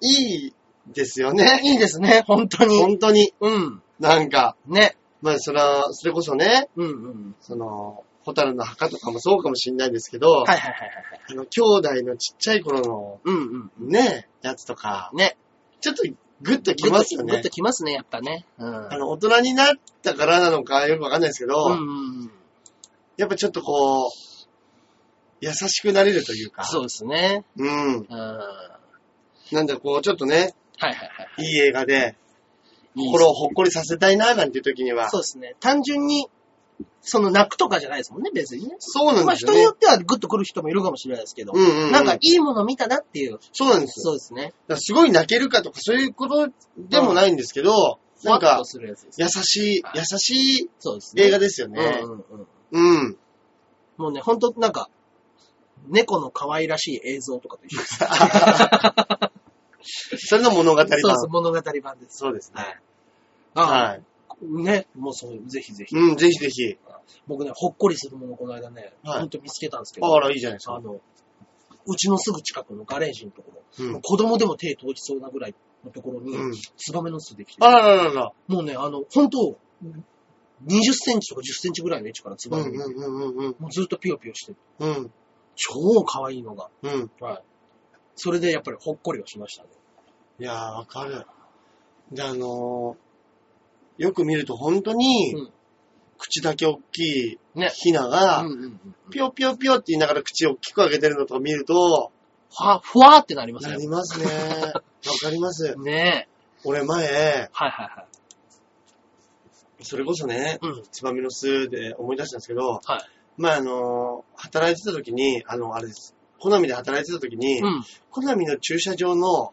いいですよね。いいですね、本当に。本当に。うん。なんか、ね。まあ、それは、それこそね、うんうん。その、ホタルの墓とかもそうかもしれないですけど、はいはいはいはい。あの、兄弟のちっちゃい頃うんうん。のね、やつとか、ね。ちょっとグッときますよグッねと。きますね、やっぱね。うん。あの、大人になったからなのかよくわかんないですけど、うんうんうん。やっぱちょっとこう、優しくなれるというか、そうですね。うん。うん。はなんだこう、ちょっとね、いはいはい。いい映画で、いいです心をほっこりさせたいな、なんていう時には。そうですね。単純に、その泣くとかじゃないですもんね、別にね。そうなんまあですよ人にねよ。ってはグッと来る人もいるかもしれないですけど、うんうんうんなんかいいもの見たなっていう。そうなんですよ。そうですね。だからすごい泣けるかとか、そういうことでもないんですけど、なんふわっかと、するやつです。優しい、優しいそうですね。映画ですよねう。んうんうん。うん。もうね、ほんとなんか、猫の可愛らしい映像とかと一緒です。それの物語版。そうそう、物語版です。そうですね。はい。ああ、はい。ね、もうそう、ぜひぜひ。うん、ぜひぜひ。僕ね、ほっこりするものこの間ね、はいほんと見つけたんですけど、あら、いいじゃないですあか。の、うちのすぐ近くのガレージのところ、うん。子供でも手通りそうなぐらいのところに、うんツバメの巣できて、あらららら。もうね、あの、本当20センチとか10センチぐらいの位置からツうバんメが、うんうんうんうん。もうずっとピヨピヨして、うん。超可愛いのが。うん。はい。それでやっぱりほっこりはしましたね。いやー、わかる。で、あのー、よく見ると本当にうん、口だけ大きいね。ヒナが、うんうんうんピヨピヨピヨって言いながら口を大きく開けてるのとか見ると、ふわ、ふわーってなりますなねり。ますね。わかります。ねえ。俺前、はいはいはい。それこそね、うん。ツバメの巣で思い出したんですけど、はい。まあ、あの、働いてた時に、あの、あれです。コナミで働いてた時に、うん。はいコナミの駐車場の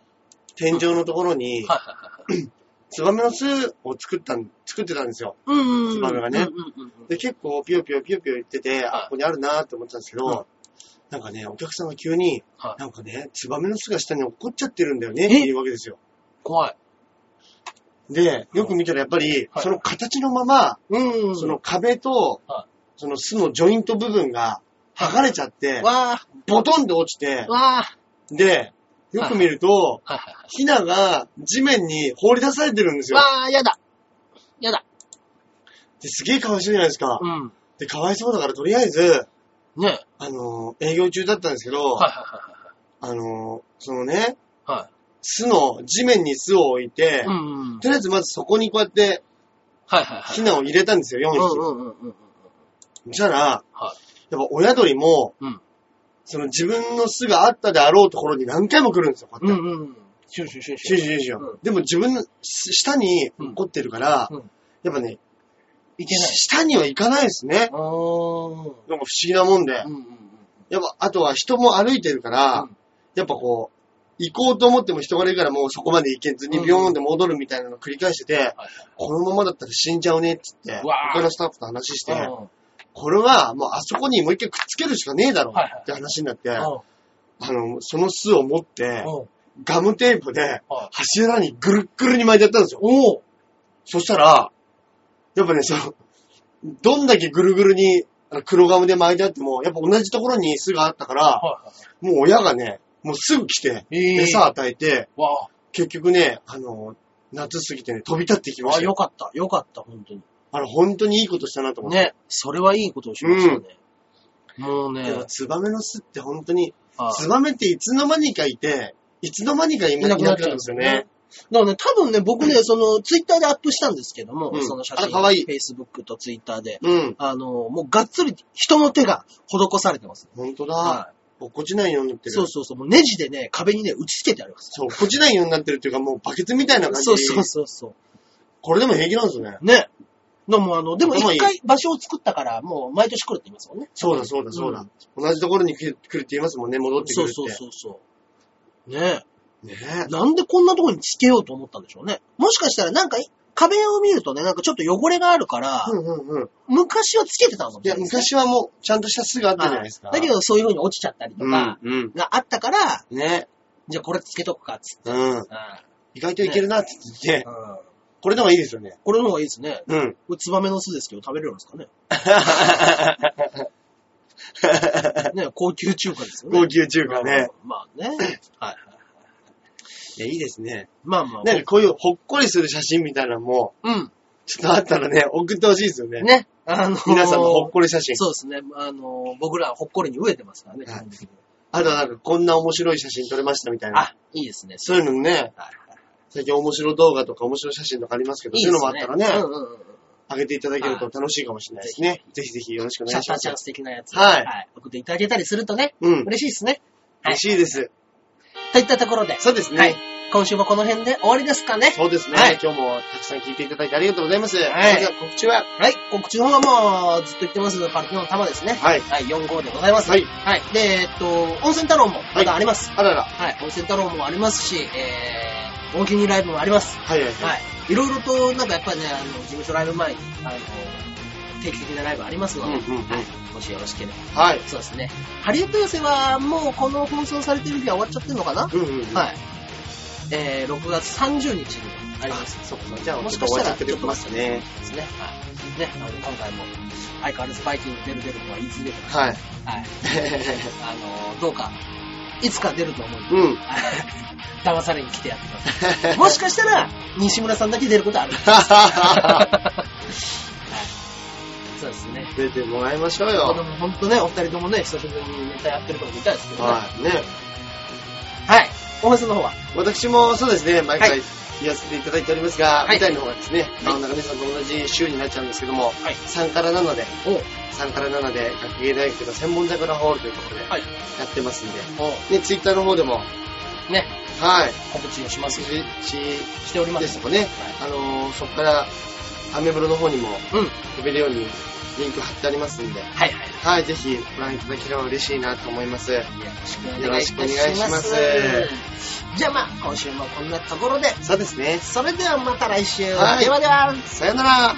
天井のところに、はいはいはい。ツバメの巣を作ったん、作ってたんですよ。うんうんうん。ツバメがねうんうんうん。で、結構ピヨピヨピヨピヨ言ってて、はいあ、ここにあるなって思ってたんですけど、うんなんかね、お客さんが急に、はいなんかね、ツバメの巣が下に落っこっちゃってるんだよねっていうわけですよ。怖い。で、よく見たらやっぱり、はいその形のまま、うんその、壁と、はその巣のジョイント部分が剥がれちゃって、わボトンと落ちてー、、わー。で、よく見ると、はいはいはヒナが地面に放り出されてるんですい。よ。わー、やだ。やだ。ですげえかわいそうじゃないですか。うん。で、かわいそうだからとりあえず、ねえ。はいあのー営業中だったんですけど、はいはいはいあのーそのね、はい。はい。巣の、地面に巣を置いて、うんうん。とりあえずまずそこにこうやってはいはいはい。ヒナを入れたんですよ、4うん匹。うんうんうんうん。そしたら、はい。やっぱ親鳥も、うんその自分の巣があったであろうところに何回も来るんですよ、こううやって。んうん。シュンシュンシュンシュンシュン。シュンシュンうんでも自分のす下に怒ってるから、うんうんやっぱね、いけない。下には行かないですね。なんあー。か不思議なもんで。うんうんうん。やっぱ、あとは人も歩いてるから、うんやっぱこう、行こうと思っても人がいるからもうそこまで行けずにビヨーンで戻るみたいなのを繰り返してて、はいこのままだったら死んじゃうねって言ってうわ、ー他のスタッフと話して、うんこれはもうあそこにもう一回くっつけるしかねえだろはいはいって話になって、うんあの、その巣を持って、うんガムテープではい柱にぐるっぐるに巻いてやったんですよ。おー。そしたら、やっぱね、その、どんだけぐるぐるにあの黒ガムで巻いてあっても、やっぱ同じところに巣があったから、はいはい。もう親がね、もうすぐ来て、ええ餌与えて、わ結局ね、あの、夏過ぎてね、飛び立ってきまあ、あ、したよ。よかった、よかった、本当に。あの、本当にいいことしたなと思って。ね、それはいいことをしましたね。もうでもね、ツバメの巣って本当に、あツバメっていつの間にかいて、いつの間にかいいななくくななっっちゃたうんんでですすよよねね。だからね、多分ね、僕ね、その、ツイッターでアップしたんですけども、うんその写真。あら可愛いフェイスブックとツイッターで。うん。あの、もうがっつり人の手が施されてます。ほんとだ。は落っこちないようになってる。い。そうそうそう。もうネジでね、壁にね、打ち付けてあります。そう。落っこちないようになってるっていうか、もうバケツみたいな感じ。そうそうそうそこれでも平気なんですよね。う。ね。でもあの、でも頭いい一回場所を作ったから、もう毎年来るって言いますもんね。そうだそうだそうだ。うん同じところに来る来るって言いますもんね、戻ってくそるっうて。そうそうそう。ねねえ。なんでこんなとこにつけようと思ったんでしょうね。もしかしたらなんか、壁を見るとね、なんかちょっと汚れがあるから、うんうんうん。昔はつけてたのかもいしれや、ないですね、昔はもう、ちゃんとした巣があったじゃないですか。だけどそういう風に落ちちゃったりとうん、か、うん。があったから、ね。じゃあこれつけとくか、つって。うん。う意外といけるなって言って、ん。これでもいいですよね。これの方がいいですね。 うん。これツバメの巣ですけど食べれるんです かね。ね、高級中華ですよね。高級中 華ね。うん。まあね。はいはい。いや、いいですね。まあまあ。なんかこういうほっこりする写真みたいなのも、うん。ちょっとあったらね、送ってほしいですよね。ね。あのー皆さんのほっこり写真。そうですね。あのー僕らはほっこりに飢えてますからね、基はい本的に。あとなんかこんな面白い写真撮れましたみたいな。あ、いいですね。そういうのねはい、最近面白動画とか面白い写真とかありますけど、いいそうでいうのすもあね。ったらね、うんうんうん。上げていただけると楽しいかもしれないですね。ぜひぜひよろしくおシ願ャッいしターまチすャン。ス的なやつ。はいはい。送っていただけたりするとね、うん。嬉しいですね。はい嬉しいです。といったところで、そうですはいね。。今週もこの辺で終わりですかね。そうですねはい。今日もたくさん聞いていただいてありがとうございます。はいそれでは告知ははい。告知の方はもうずっと言ってます。パルキノの玉ですね。はい。はい、4号でございます。はい。はい。で、えっと、温泉太郎もまだあります。あらら。はい。温泉太郎もありますし、えー、大きにライブもあります。はいはいは。はいい。いろいろと、なんかやっぱりね、あの、事務所ライブ前に、あの、定期的なライブありますので、うんうんうんはい。もしよろしければ。はい。そうですね。ハリウッド寄せは、もうこの放送されてる日は終わっちゃってるのかな、うんうんうん。い。はい。えー、6月30日にあります。そうか、じゃあ、ももししかかししたたらら、ちょっとますね。ですね。はい。ね、あの、今回も、相変わらずバイキング出る出るとは言い続けてます。はい。 はい。あの、どうか、いつか出ると思う。うん。騙されに来てやってくださ い。もしかしたら、西村さんだけ出ること ある。そうですね。 出てもらいましょうこのよ。ほんとね、お二人ともね、久しぶりにネタやってるとこ見たいですけどね。ははい。ね。い。大橋さんの方は私もそうですね、毎は回やらせていただいておりますが、はい舞台の方がですね、いあの中根さんと同じ週になっちゃうんですけども、はい3から7で、お3から7で学芸大学の専門桜ホールというところではい。やってますんで、おね、ツイッターの方でも、ね、はい、告知をします告。知しておりま。ですすとかね、あのーそこからアメブロの方にもうん。飛べるようにリンク貼ってありますんで、はいはい。はい、ぜひご覧いただければ嬉しいなと思います。よよろろししくくおお願願いいししまますす。じゃあまあ、今週もこんなところで、そうですね、それではまた来週。はいではでは。さよなら